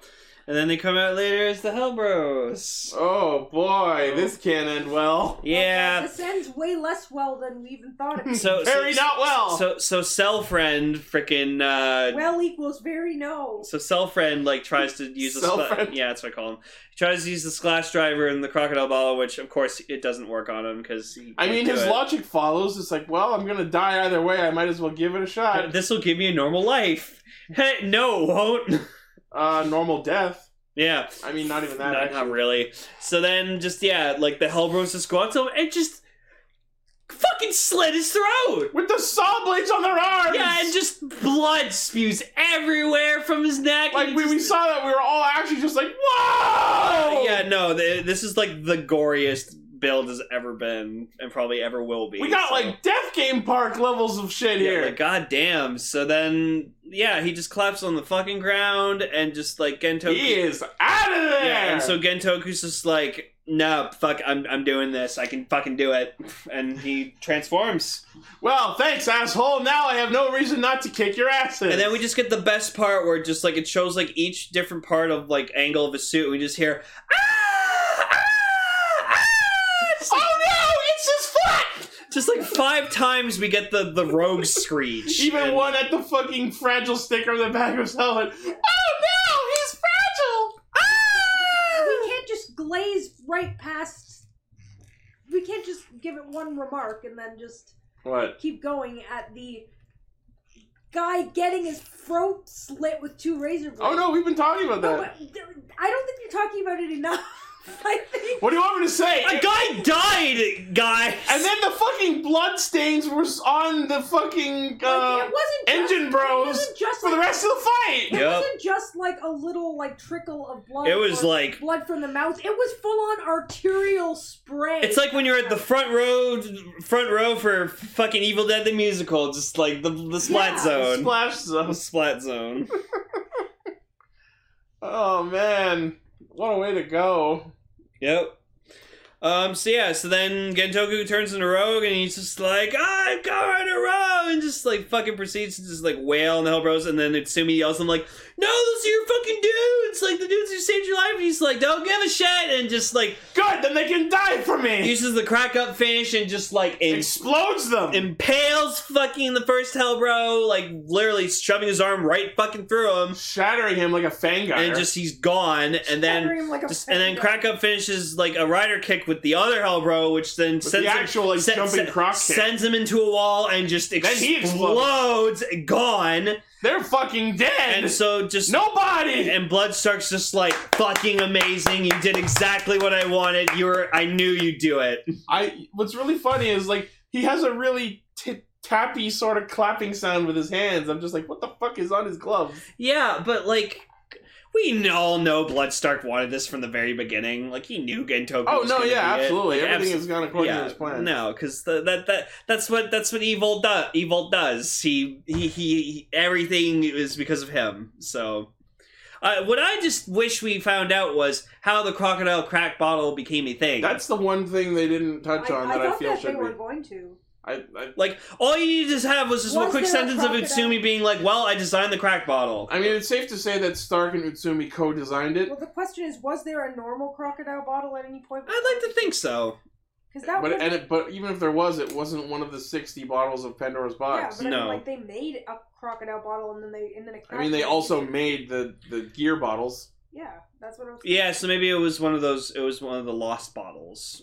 Speaker 2: And then they come out later as the Hellbros.
Speaker 1: Oh boy, this can't end well.
Speaker 2: Yeah.
Speaker 3: This ends way less well than we even thought it would.
Speaker 2: So
Speaker 1: Very
Speaker 2: so,
Speaker 1: not well.
Speaker 2: so so cell friend freaking uh
Speaker 3: well equals very no.
Speaker 2: so cell friend like tries to use the
Speaker 1: Cell
Speaker 2: spa-
Speaker 1: friend.
Speaker 2: yeah that's what I call him. He tries to use the splash driver and the crocodile ball, which of course it doesn't work on him because
Speaker 1: I mean, his
Speaker 2: it.
Speaker 1: logic follows. It's like, well, I'm gonna die either way. I might as well give it a shot.
Speaker 2: This will give me a normal life. Heh, no, it won't.
Speaker 1: Uh, normal death.
Speaker 2: yeah,
Speaker 1: I mean, not even that.
Speaker 2: not, not
Speaker 1: actually.
Speaker 2: really. So then, just yeah, like the Hellbros just go up to him and just fucking slit his throat.
Speaker 1: With the saw blades on their arms.
Speaker 2: Yeah, and just blood spews everywhere from his neck.
Speaker 1: like
Speaker 2: and
Speaker 1: when
Speaker 2: just,
Speaker 1: we saw that, we were all actually just like, whoa!
Speaker 2: Yeah, no, th- this is like the goriest build has ever been and probably ever will be.
Speaker 1: We got
Speaker 2: so-
Speaker 1: like Death Game Park levels of shit
Speaker 2: Yeah,
Speaker 1: here.
Speaker 2: like, goddamn. So then, yeah, he just collapsed on the fucking ground and just like Gentoku.
Speaker 1: he is out of there.
Speaker 2: Yeah, and so Gentoku's just like, no, fuck, I'm, I'm doing this. I can fucking do it. And he transforms.
Speaker 1: well, thanks, asshole. Now I have no reason not to kick your ass in.
Speaker 2: And then we just get the best part where just like it shows like each different part of like angle of his suit. And we just hear, ah, ah, ah. It's
Speaker 1: Oh
Speaker 2: like-
Speaker 1: no! It's his foot.
Speaker 2: Just like five times we get the, the rogue screech.
Speaker 1: Even
Speaker 2: And-
Speaker 1: one at the fucking fragile sticker on the back was selling. Oh no, he's fragile.
Speaker 3: We
Speaker 1: Ah!
Speaker 3: can't just glaze right past. We can't just give it one remark and then just
Speaker 1: What?
Speaker 3: keep going at the guy getting his throat slit with two razor blades.
Speaker 1: Oh no, we've been talking about
Speaker 3: No,
Speaker 1: that.
Speaker 3: but there- I don't think you're talking about it enough. I think.
Speaker 1: What do you want me to say?
Speaker 2: A guy died, guys.
Speaker 1: And then the fucking blood stains were on the fucking
Speaker 3: like,
Speaker 1: uh,
Speaker 3: it wasn't
Speaker 1: engine
Speaker 3: just,
Speaker 1: bros
Speaker 3: It wasn't just
Speaker 1: for the
Speaker 3: like-
Speaker 1: rest of the
Speaker 3: It
Speaker 1: fight.
Speaker 2: Yep.
Speaker 3: wasn't just like a little like trickle of blood.
Speaker 2: It was
Speaker 3: or
Speaker 2: like-
Speaker 3: blood from the mouth. It was full on arterial spray.
Speaker 2: It's like when you're at the front row, front row for fucking Evil Dead the musical, just like the the splat
Speaker 3: Yeah.
Speaker 2: zone,
Speaker 1: Splash
Speaker 2: the
Speaker 1: zone.
Speaker 2: splat zone.
Speaker 1: Oh man, what a way to go.
Speaker 2: yep. Um. So yeah. So then Gentoku turns into Rogue, and he's just like, "I'm going to Rogue," and just like fucking proceeds to just like wail on the Hellbros, and then Itsumi yells, "I'm like, no, those are your fucking dudes! Like the dudes who saved your life." And he's like, "Don't give a shit," and just like
Speaker 1: Good, then they can die for me.
Speaker 2: uses the crack up finish and just like in-
Speaker 1: Explodes them.
Speaker 2: impales fucking the first hell bro, like literally shoving his arm right fucking through him,
Speaker 1: Shattering him like a fangar.
Speaker 2: and just he's gone. And then
Speaker 3: Shattering like a
Speaker 2: just, and then
Speaker 3: finger.
Speaker 2: crack up finishes like a rider kick with the other hell bro, which then
Speaker 1: With
Speaker 2: sends
Speaker 1: the actual like
Speaker 2: him, sen-
Speaker 1: jumping
Speaker 2: sen-
Speaker 1: cross kick.
Speaker 2: sends him into a wall and just
Speaker 1: Then he
Speaker 2: explodes, gone.
Speaker 1: They're fucking dead.
Speaker 2: And so just
Speaker 1: Nobody.
Speaker 2: and Bloodstark's just like fucking amazing. You did exactly what I wanted. You were I knew you'd do it.
Speaker 1: I what's really funny is like he has a really t- tappy sort of clapping sound with his hands. I'm just like, what the fuck is on his gloves?
Speaker 2: Yeah, but like we all know Bloodstark wanted this from the very beginning. Like he knew Gentoku.
Speaker 1: Oh
Speaker 2: was
Speaker 1: no,
Speaker 2: gonna
Speaker 1: yeah,
Speaker 2: be it.
Speaker 1: absolutely.
Speaker 2: Like,
Speaker 1: Everything
Speaker 2: abs-
Speaker 1: has gone according
Speaker 2: yeah,
Speaker 1: to his plan.
Speaker 2: No, because that that that's what that's what evil does. Evil does. He, he he he- everything is because of him. So. Uh, what I just wish we found out was how the crocodile crack bottle became a thing.
Speaker 1: That's the one thing they didn't touch
Speaker 3: I,
Speaker 1: on
Speaker 3: I
Speaker 1: that I,
Speaker 3: thought
Speaker 1: feel
Speaker 3: that they
Speaker 1: should be.
Speaker 3: were going to.
Speaker 1: I, I,
Speaker 2: like all you needed to have was just one
Speaker 3: Was
Speaker 2: quick
Speaker 3: there a
Speaker 2: sentence of
Speaker 3: crocodile-
Speaker 2: Utsumi being like, "Well, I designed the crack bottle."
Speaker 1: I mean, it's safe to say that Stark and Utsumi co-designed it,
Speaker 3: Well, the question is, was there a normal crocodile bottle at any point?
Speaker 2: I'd like to think so.
Speaker 3: because that
Speaker 1: but
Speaker 3: would.
Speaker 1: and it, but even if there was, it wasn't one of the sixty bottles of Pandora's
Speaker 3: yeah,
Speaker 1: box.
Speaker 3: but I
Speaker 2: No.
Speaker 3: mean, like they made a crocodile bottle and then they and then a.
Speaker 1: I mean, they also made the the gear bottles.
Speaker 3: Yeah, that's what I was.
Speaker 2: Yeah, so maybe it was one of those. It was one of the lost bottles.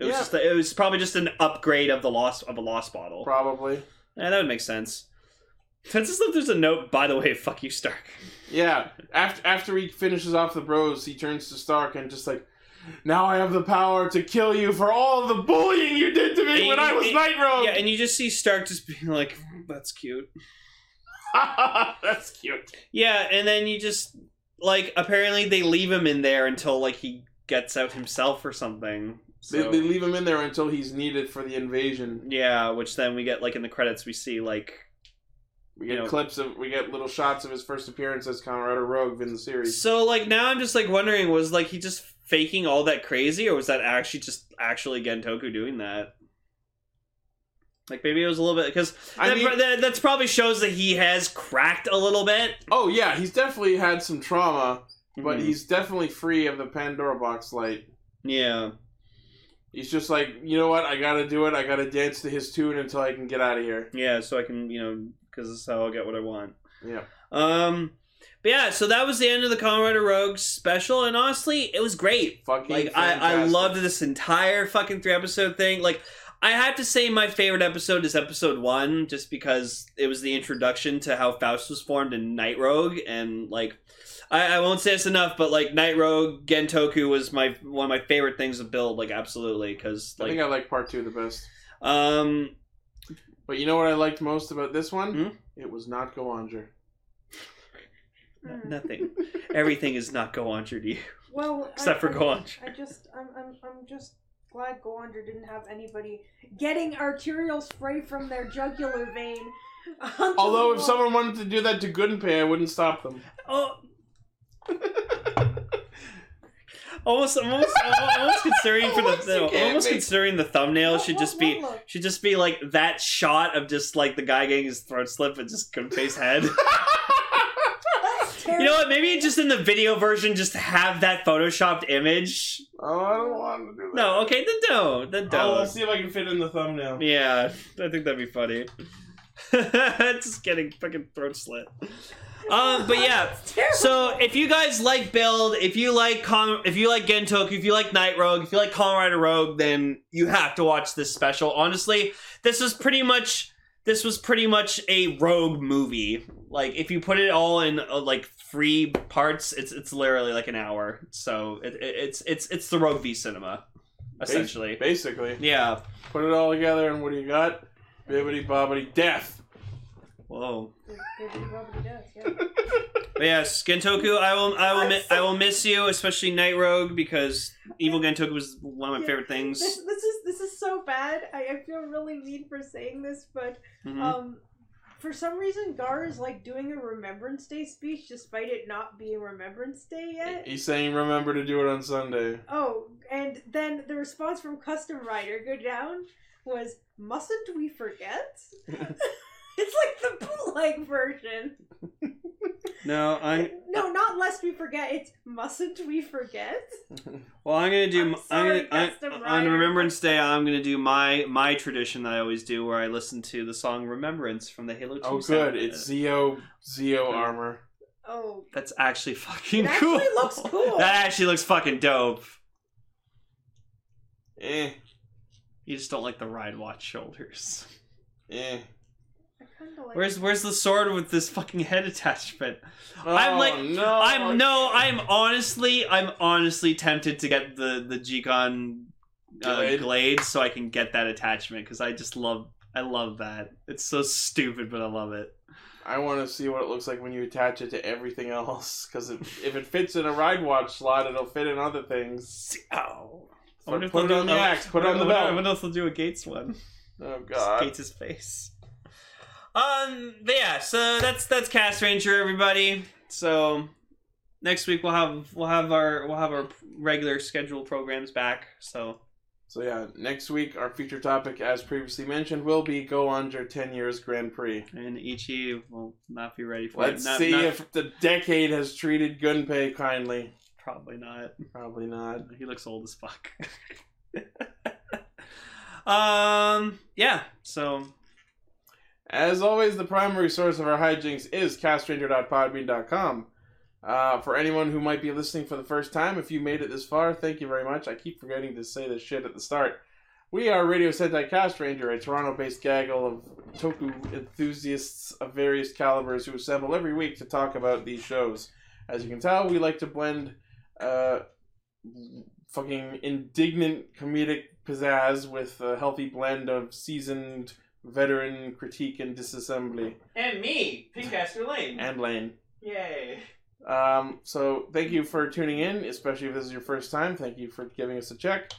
Speaker 2: It was
Speaker 1: Yeah.
Speaker 2: just. it was probably just an upgrade of the lost of a lost bottle.
Speaker 1: Probably.
Speaker 2: yeah, that would make sense. I just love there's a note. By the way, fuck you, Stark.
Speaker 1: Yeah. After after he finishes off the bros, he turns to Stark and just like, Now I have the power to kill you for all the bullying you did to me when I was Night Rogue.
Speaker 2: Yeah, and you just see Stark just being like, "Mm, "That's cute."
Speaker 1: That's cute.
Speaker 2: Yeah, and then you just like apparently they leave him in there until like he gets out himself or something.
Speaker 1: They,
Speaker 2: So,
Speaker 1: they leave him in there until he's needed for the invasion.
Speaker 2: yeah, which then we get like in the credits we see like
Speaker 1: We get
Speaker 2: You know-
Speaker 1: clips of, we get little shots of his first appearance as Colorado Rogue in the series.
Speaker 2: So like now I'm just like wondering was like he just faking all that crazy or was that actually just actually Gentoku doing that? Like maybe it was a little bit because
Speaker 1: I
Speaker 2: that,
Speaker 1: mean-
Speaker 2: that that's probably shows that he has cracked a little bit.
Speaker 1: Oh yeah, he's definitely had some trauma, but
Speaker 2: Mhm.
Speaker 1: he's definitely free of the Pandora box light.
Speaker 2: yeah,
Speaker 1: He's just like, you know what? I gotta do it. I gotta dance to his tune until I can get out of here.
Speaker 2: yeah. So I can you know because this is how I'll get what I want.
Speaker 1: Yeah.
Speaker 2: Um, but yeah. So that was the end of the Colorado Rogues special, and honestly, it was great.
Speaker 1: Fucking
Speaker 2: Like I, I
Speaker 1: fantastic.
Speaker 2: loved this entire fucking three episode thing. Like I have to say my favorite episode is episode one, just because it was the introduction to how Faust was formed in Night Rogue, and like I, I won't say this enough, but like Night Rogue Gentoku was my one of my favorite things to build. Like absolutely, because
Speaker 1: I think
Speaker 2: like
Speaker 1: I like part two the best.
Speaker 2: um
Speaker 1: But you know what I liked most about this one?
Speaker 2: Hmm?
Speaker 1: It was not Goanger.
Speaker 3: Mm.
Speaker 2: nothing, everything is not Goancher to you
Speaker 3: Well,
Speaker 2: except
Speaker 3: I,
Speaker 2: for
Speaker 3: I-
Speaker 2: Goancher.
Speaker 3: I just, I'm, I'm, I'm just glad Goander didn't have anybody getting arterial spray from their jugular vein. onto
Speaker 1: Although
Speaker 3: the
Speaker 1: if
Speaker 3: wall.
Speaker 1: someone wanted to do that to Goodenpay, I wouldn't stop them.
Speaker 2: Oh. Almost, almost, almost considering for
Speaker 1: Almost you
Speaker 2: the,
Speaker 1: can't
Speaker 2: almost
Speaker 1: make-
Speaker 2: considering the thumbnail
Speaker 3: Look,
Speaker 2: should
Speaker 3: look,
Speaker 2: just be
Speaker 3: look, look.
Speaker 2: should just be like that shot of just like the guy getting his throat slit and just face head.
Speaker 3: That's
Speaker 2: you
Speaker 3: terrible.
Speaker 2: know what? Maybe just in the video version, just have that photoshopped image.
Speaker 1: Oh, I don't want to do that.
Speaker 2: No, okay, then don't, then
Speaker 1: Oh,
Speaker 2: don't.
Speaker 1: let's see if I can fit in the thumbnail.
Speaker 2: Yeah, I think that'd be funny. Just getting fucking throat slit. Um, but yeah. So if you guys like Build, if you like Con- if you like Gentoku, if you like Night Rogue, if you like Colorado Rogue, then you have to watch this special. Honestly, this was pretty much this was pretty much a Rogue movie. Like if you put it all in uh, like three parts, it's it's literally like an hour. So it, it, it's it's it's the Rogue V cinema, essentially.
Speaker 1: Basically,
Speaker 2: Yeah.
Speaker 1: put it all together, and what do you got? Bibbity bobbity death.
Speaker 2: Whoa.
Speaker 3: Nobody does, yeah.
Speaker 2: But yes, Gentoku, I will, I will, mi- I will miss you, especially Night Rogue, because Evil Gentoku was one of my
Speaker 3: Yeah.
Speaker 2: favorite things.
Speaker 3: This, this is this is so bad. I, I feel really mean for saying this, but
Speaker 2: Mhm.
Speaker 3: um, for some reason, Gar is like doing a Remembrance Day speech despite it not being Remembrance Day yet.
Speaker 1: He's saying, remember to do it on Sunday.
Speaker 3: Oh, and then the response from Custom Rider Go Down was, Mustn't we forget? it's like the bootleg version.
Speaker 2: no, I'm.
Speaker 3: No, not lest we forget. It's mustn't we forget?
Speaker 2: Well, I'm gonna do.
Speaker 3: I'm
Speaker 2: I'm,
Speaker 3: sorry,
Speaker 2: gonna,
Speaker 3: Custom
Speaker 2: I, on
Speaker 3: Rider.
Speaker 2: Remembrance Day, I'm gonna do my my tradition that I always do, where I listen to the song "Remembrance" from the Halo Two.
Speaker 1: Oh,
Speaker 2: soundtrack.
Speaker 1: good. It's Zeo Zeo armor.
Speaker 3: Oh,
Speaker 2: that's actually fucking
Speaker 3: It
Speaker 2: cool.
Speaker 3: actually looks cool.
Speaker 2: That actually looks fucking dope.
Speaker 1: Eh,
Speaker 2: You just don't like the ride watch shoulders.
Speaker 1: eh.
Speaker 3: I kind of like.
Speaker 2: Where's where's the sword with this fucking head attachment?
Speaker 1: Oh,
Speaker 2: I'm like,
Speaker 1: no.
Speaker 2: I'm no, I'm honestly, I'm honestly tempted to get the the G-Con uh,
Speaker 1: Glade.
Speaker 2: glade. so I can get that attachment because I just love, I love that. It's so stupid, but I love it.
Speaker 1: I want to see what it looks like when you attach it to everything else. Because if, if it fits in a ride watch slot, it'll fit in other things.
Speaker 2: Oh.
Speaker 1: Put- put it on the axe, put it on the belt.
Speaker 2: What else will do a Gates one?
Speaker 1: Oh
Speaker 2: Just
Speaker 1: God.
Speaker 2: Gates his face. Um, but yeah, so that's that's Cast Ranger, everybody. So next week we'll have we'll have our we'll have our regular scheduled programs back. So
Speaker 1: So yeah, next week our feature topic, as previously mentioned, will be Go Under Ten Years Grand Prix.
Speaker 2: and Ichi will not be ready for
Speaker 1: Let's
Speaker 2: it. Not-
Speaker 1: see
Speaker 2: not-
Speaker 1: if the decade has treated Gunpei kindly.
Speaker 2: Probably not.
Speaker 1: Probably not.
Speaker 2: He looks old as fuck. um. Yeah. So
Speaker 1: As always, the primary source of our hijinks is castranger.podbean.com. Uh, for anyone who might be listening for the first time, if you made it this far, thank you very much. I keep forgetting to say this shit at the start. We are Radio Sentai Cast Ranger, a Toronto based gaggle of toku enthusiasts of various calibers who assemble every week to talk about these shows. As you can tell, we like to blend uh, fucking indignant comedic pizzazz with a healthy blend of seasoned veteran critique and disassembly
Speaker 2: And me, Pincaster Lane.
Speaker 1: and lane.
Speaker 2: Yay.
Speaker 1: Um, so thank you for tuning in, especially if this is your first time. Thank you for giving us a check,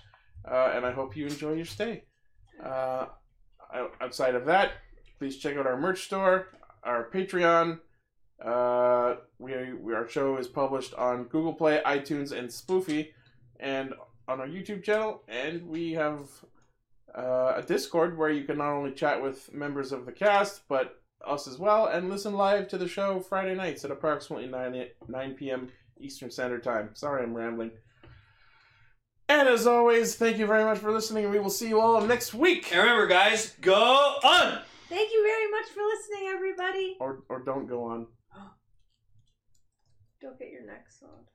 Speaker 1: uh, and I hope you enjoy your stay. Uh, o- outside of that, please check out our merch store, our Patreon. Uh, we, we our show is published on Google Play, iTunes, and Spoofy, and on our YouTube channel. And we have uh, a Discord where you can not only chat with members of the cast, but us as well and listen live to the show Friday nights at approximately 9, a- 9 p.m. Eastern Standard Time. Sorry, I'm rambling. And as always, thank you very much for listening, and we will see you all next week.
Speaker 2: And remember, guys, go on.
Speaker 3: Thank you very much for listening, everybody.
Speaker 1: Or, or don't go on.
Speaker 3: Don't get your neck sawed.